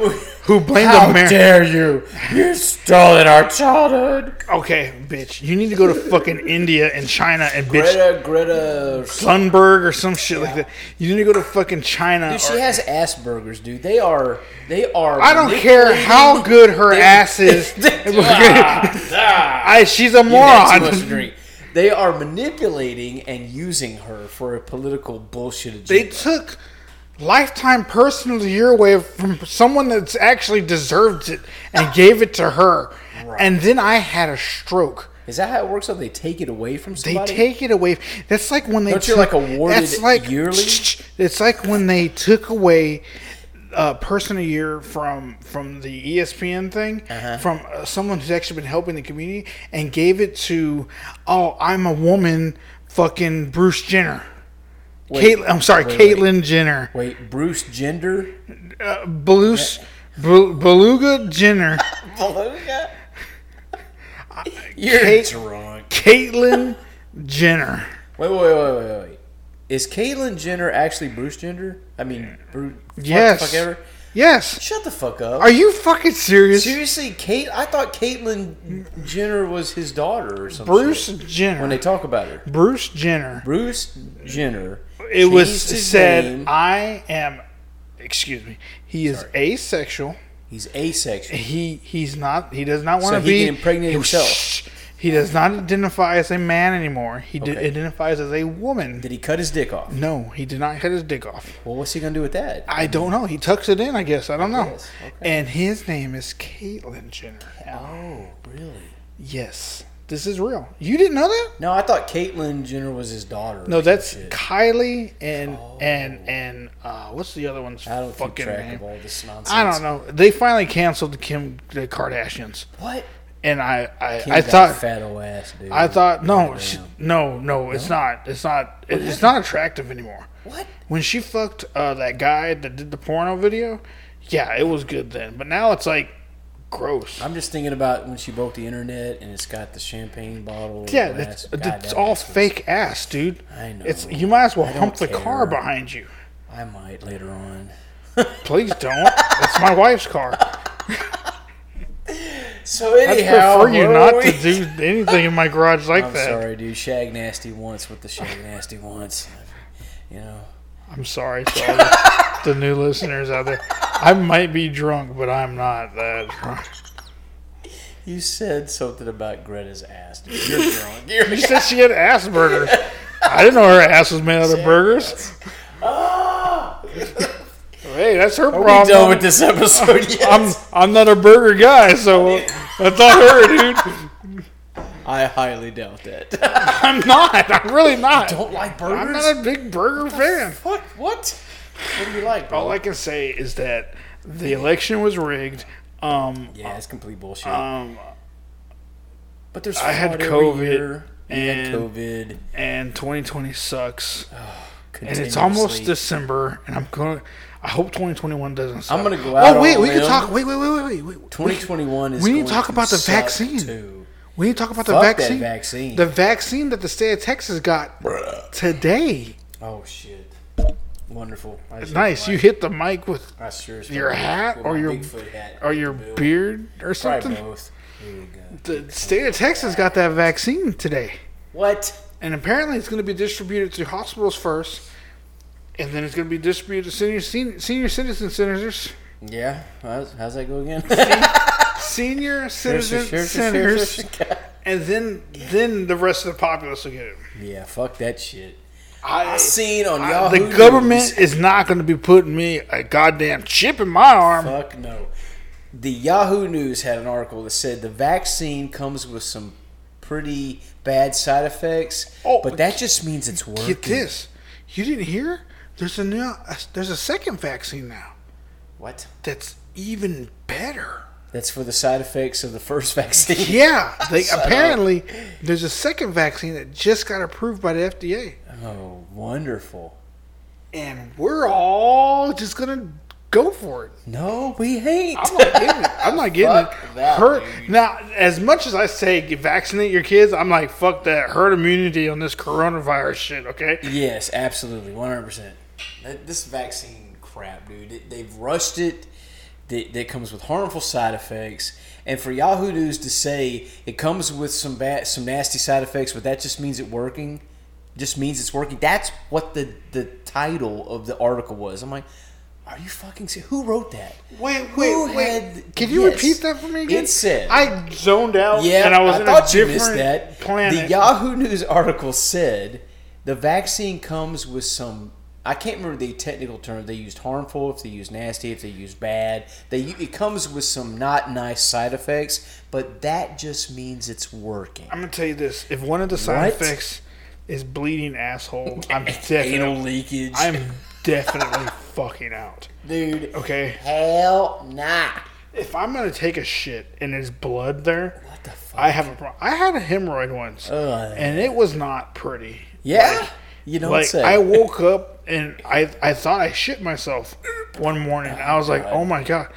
S3: who blamed
S4: How
S3: America.
S4: dare you? You're stolen our childhood.
S3: Okay, bitch, you need to go to fucking India and China and bitch
S4: Greta, Greta.
S3: Sunberg or some shit like that. You need to go to fucking China.
S4: Dude,
S3: or-
S4: she has Asperger's, dude. They are, they are.
S3: I don't care how good her ass is.
S4: ah,
S3: I, she's a
S4: ah, too much to
S3: moron.
S4: drink. They are manipulating and using her for a political bullshit agenda.
S3: They took lifetime personal to your way from someone that's actually deserved it and gave it to her. And then I had a stroke.
S4: Is that how it works? Though they take it away from
S3: They
S4: somebody.
S3: take it away. That's like when they
S4: Don't you,
S3: took-
S4: like, awarded
S3: that's like,
S4: yearly?
S3: It's like when they took away a person a year from from the E ESPN thing
S4: Uh-huh.
S3: from uh, someone who's actually been helping the community and gave it to oh I'm a woman fucking Bruce Jenner.
S4: Wait,
S3: Caitlyn, I'm sorry,
S4: wait, wait.
S3: Caitlyn Jenner,
S4: Wait, Bruce Gender.
S3: Bruce, Bel- Beluga Jenner,
S4: You're
S3: Kate-
S4: drunk.
S3: Caitlyn Jenner.
S4: Wait, wait, wait, wait, wait, wait. Is Caitlyn Jenner actually Bruce Jenner? I mean, Bruce.
S3: Yes.
S4: Fuck ever.
S3: Yes,
S4: Shut the fuck up.
S3: are you fucking serious?
S4: Seriously, Kate? I thought Caitlyn Jenner was his daughter or something.
S3: Bruce Jenner.
S4: When they talk about her,
S3: Bruce Jenner.
S4: Bruce Jenner.
S3: it was
S4: changed his
S3: said
S4: name.
S3: i am excuse me he is asexual
S4: He's asexual.
S3: he he's not he does not want to
S4: he
S3: be
S4: can impregnate
S3: he-
S4: himself.
S3: shh. he does not identify as a man anymore he did,
S4: Okay.
S3: identifies as a woman
S4: Did he cut his dick off?
S3: no he did not cut his dick off
S4: Well, what's he gonna do with that?
S3: i don't know he tucks it in i guess i don't know
S4: guess. Okay.
S3: and his name is caitlin jenner
S4: Oh, really?
S3: yes this is real you didn't know that
S4: No, I thought Caitlyn Jenner was his daughter. or
S3: no
S4: some
S3: that's
S4: shit. Oh.
S3: kylie and and and uh what's the other one's
S4: I don't keep
S3: fucking
S4: track
S3: name
S4: of all this nonsense.
S3: I don't know. They finally canceled the Kim the Kardashians,
S4: What?
S3: and I I,
S4: Kim
S3: I
S4: got a
S3: thought
S4: fat old ass dude.
S3: I thought no she,
S4: Goddamn.
S3: no no it's not it's not it, it's not attractive anymore.
S4: What?
S3: When she fucked uh, that guy that did the porno video, Yeah, it was good then, but now it's like gross.
S4: I'm just thinking about when she broke the internet and it's got the champagne bottle.
S3: yeah,
S4: glass.
S3: that's,
S4: God,
S3: that's
S4: that
S3: all
S4: ass was-
S3: fake ass, dude.
S4: I know.
S3: It's you might as well
S4: I don't
S3: hump the car
S4: care.
S3: behind you.
S4: I might later on.
S3: Please don't. it's my wife's car.
S4: So
S3: I
S4: anyhow,
S3: prefer you
S4: where
S3: not
S4: were
S3: to
S4: we?
S3: do anything in my garage like
S4: I'm
S3: that.
S4: sorry, dude. Shag nasty wants what the shag nasty wants. You know,
S3: I'm sorry to all the, the new listeners out there. I might be drunk, but I'm not that drunk.
S4: you said something about Greta's ass. Dude. You're drunk. You're
S3: She said she had ass burgers. I didn't know her ass was made out of burgers.
S4: Ah!
S3: Hey, that's her
S4: Are we done
S3: problem.
S4: with this episode yet?
S3: I'm I'm not a burger guy, so that's not her, dude.
S4: I highly doubt that.
S3: I'm not. I'm really not.
S4: Don't like
S3: I'm
S4: burgers.
S3: not a big burger fan.
S4: What? What? What do you like, bro?
S3: All I can say is that the election was rigged. Um,
S4: yeah, it's complete bullshit.
S3: um,
S4: but there's
S3: I had
S4: fraud every
S3: COVID
S4: year. You had
S3: and-
S4: COVID.
S3: and 2020 sucks. and it's
S4: continuously.
S3: almost December, and I'm going. to I hope 2021 doesn't. Suck.
S4: I'm gonna go out
S3: Oh wait,
S4: on a
S3: we can
S4: limb.
S3: talk. Wait, wait, wait, wait, wait, wait.
S4: 2021 is.
S3: We need to
S4: going
S3: talk about the
S4: suck,
S3: vaccine.
S4: Too.
S3: We need to talk about the
S4: Fuck that
S3: vaccine.
S4: vaccine.
S3: The vaccine that the state of Texas got today.
S4: Oh shit! Wonderful. I just-
S3: Nice. You hit the mic with
S4: I sure as
S3: your
S4: fuck-
S3: hat
S4: with
S3: or
S4: my
S3: your
S4: Bigfoot hat.
S3: or your
S4: Bill.
S3: beard or
S4: Probably
S3: something.
S4: both. There you go.
S3: The state of Texas got that vaccine today,
S4: What?
S3: and apparently it's going to be distributed to hospitals first, and then it's going to be distributed to senior sen- senior citizen centers.
S4: Yeah. How's, how's that go again?
S3: Senior
S4: Sure,
S3: citizen
S4: sure, sure, sure, sure,
S3: centers.
S4: sure, sure.
S3: and then then the rest of the populace will get it.
S4: Yeah. Fuck that shit.
S3: I,
S4: I seen on
S3: I-
S4: Yahoo.
S3: the
S4: News.
S3: government is not going to be putting me a goddamn chip in my arm.
S4: Fuck no. The Yahoo News had an article that said the vaccine comes with some pretty bad side effects,
S3: Oh,
S4: but that just means it's working.
S3: Get this, you didn't hear? There's a new, there's a second vaccine now
S4: What?
S3: that's even better.
S4: That's for the side effects of the first vaccine.
S3: Yeah, they apparently there's a second vaccine that just got approved by the FDA,
S4: Oh, wonderful.
S3: and we're all just gonna go for it.
S4: No, we hate.
S3: I'm not getting it. I'm not getting
S4: Fuck
S3: it.
S4: that,
S3: Herd-
S4: dude.
S3: now, as much as I say get- vaccinate your kids, I'm like fuck that herd immunity on this coronavirus shit. Okay,
S4: Yes, absolutely, one hundred percent. This vaccine crap, dude. It, they've rushed it. That, that comes with harmful side effects, and for Yahoo News to say it comes with some bad, some nasty side effects, but that just means it working. Just means it's working. That's what the the title of the article was. I'm like, are you fucking serious? Who wrote that?
S3: wait,
S4: Who had-
S3: Can you
S4: yes.
S3: repeat that for me again?
S4: It said-
S3: I zoned out.
S4: Yeah,
S3: and I was in
S4: thought
S3: a
S4: you
S3: different
S4: missed that.
S3: planet.
S4: The Yahoo News article said the vaccine comes with some. I can't remember the technical term they used. Harmful, if they used nasty, if they used bad. They u- it comes with some not nice side effects, but that just means it's working.
S3: I'm gonna tell you this: if one of the side
S4: What?
S3: effects is bleeding asshole, I'm definitely,
S4: Anal leakage,
S3: I'm definitely fucking out.
S4: dude.
S3: Okay,
S4: Hell nah.
S3: if I'm gonna take a shit and there's blood there,
S4: What the fuck?
S3: I have a problem. I had a hemorrhoid once,
S4: Ugh.
S3: and it was not pretty.
S4: yeah, you don't
S3: Like
S4: say.
S3: I woke up and I I thought I shit myself one morning. I was like, oh my god.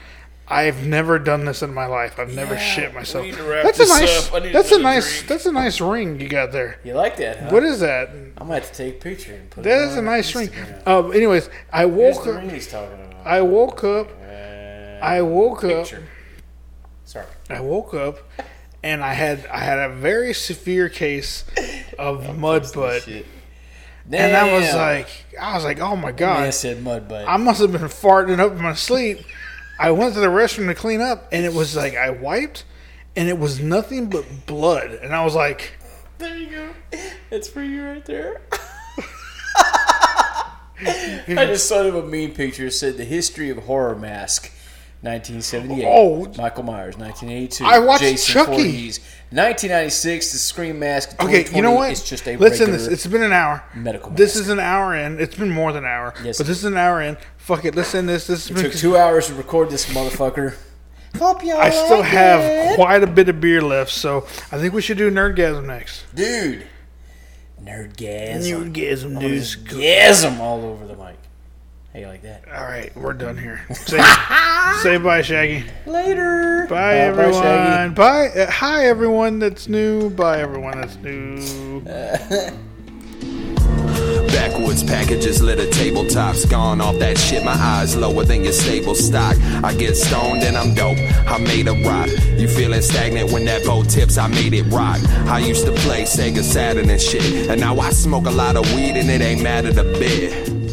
S3: I've never done this in my life. I've never
S4: Yeah,
S3: shit myself.
S5: need to wrap
S3: That's a
S5: this
S3: nice.
S5: up. I need
S3: That's a
S5: another
S3: nice.
S5: drink.
S3: That's a nice ring you got there.
S4: you like that? Huh?
S3: What is that?
S4: I'm gonna have to take a picture and put
S3: That
S4: it.
S3: is
S4: on
S3: a nice ring.
S4: Instagram.
S3: Um, anyways, I
S4: Here's
S3: woke
S4: the
S3: up.
S4: ring he's talking about.
S3: I woke up. I woke up.
S5: Picture.
S4: Sorry.
S3: I woke up, and I had I had a very severe case of mud butt,
S4: Shit.
S3: and I was
S4: Damn.
S3: like, I was like, oh my
S4: Man
S3: god,
S4: said mud butt.
S3: I must have been farting up in my sleep. I went to the restroom to clean up, and it was like I wiped, and it was nothing but blood, and I was like,
S4: there you go. It's for you right there. I just thought of a meme picture. It said the history of horror mask. 1978.
S3: Oh.
S4: Michael Myers. 1982.
S3: I watched
S4: Jason
S3: Chucky.
S4: 1996. The Scream Mask.
S3: Okay, you know what?
S4: It's just a
S3: Let's end
S4: regular-
S3: this. It's been an hour.
S4: medical
S3: This
S4: mask.
S3: is an hour in. It's been more than an hour.
S4: Yes.
S3: But this is an hour in. Fuck it. Let's end this. This has been.
S4: took two hours to record this motherfucker. Hope y'all
S3: I still
S4: like
S3: have
S4: it.
S3: quite a bit of beer left, so I think we should do Nerdgasm next.
S4: dude. Nerdgasm.
S3: Nerdgasm news.
S4: Gasm all over the mic. How you like that?
S3: All right, we're done here. Say, say bye, Shaggy.
S4: Later.
S3: Bye,
S4: Bye,
S3: everyone.
S4: Shaggy.
S3: Bye. Uh, hi, everyone that's new. Bye, everyone that's new.
S5: Backwoods packages litter tabletops. Gone off that shit, my eyes lower than your stable stock. I get stoned and I'm dope. I made a rock. You feeling stagnant when that boat tips? I made it rock. I used to play Sega Saturn and shit. And now I smoke a lot of weed and it ain't mattered a bit.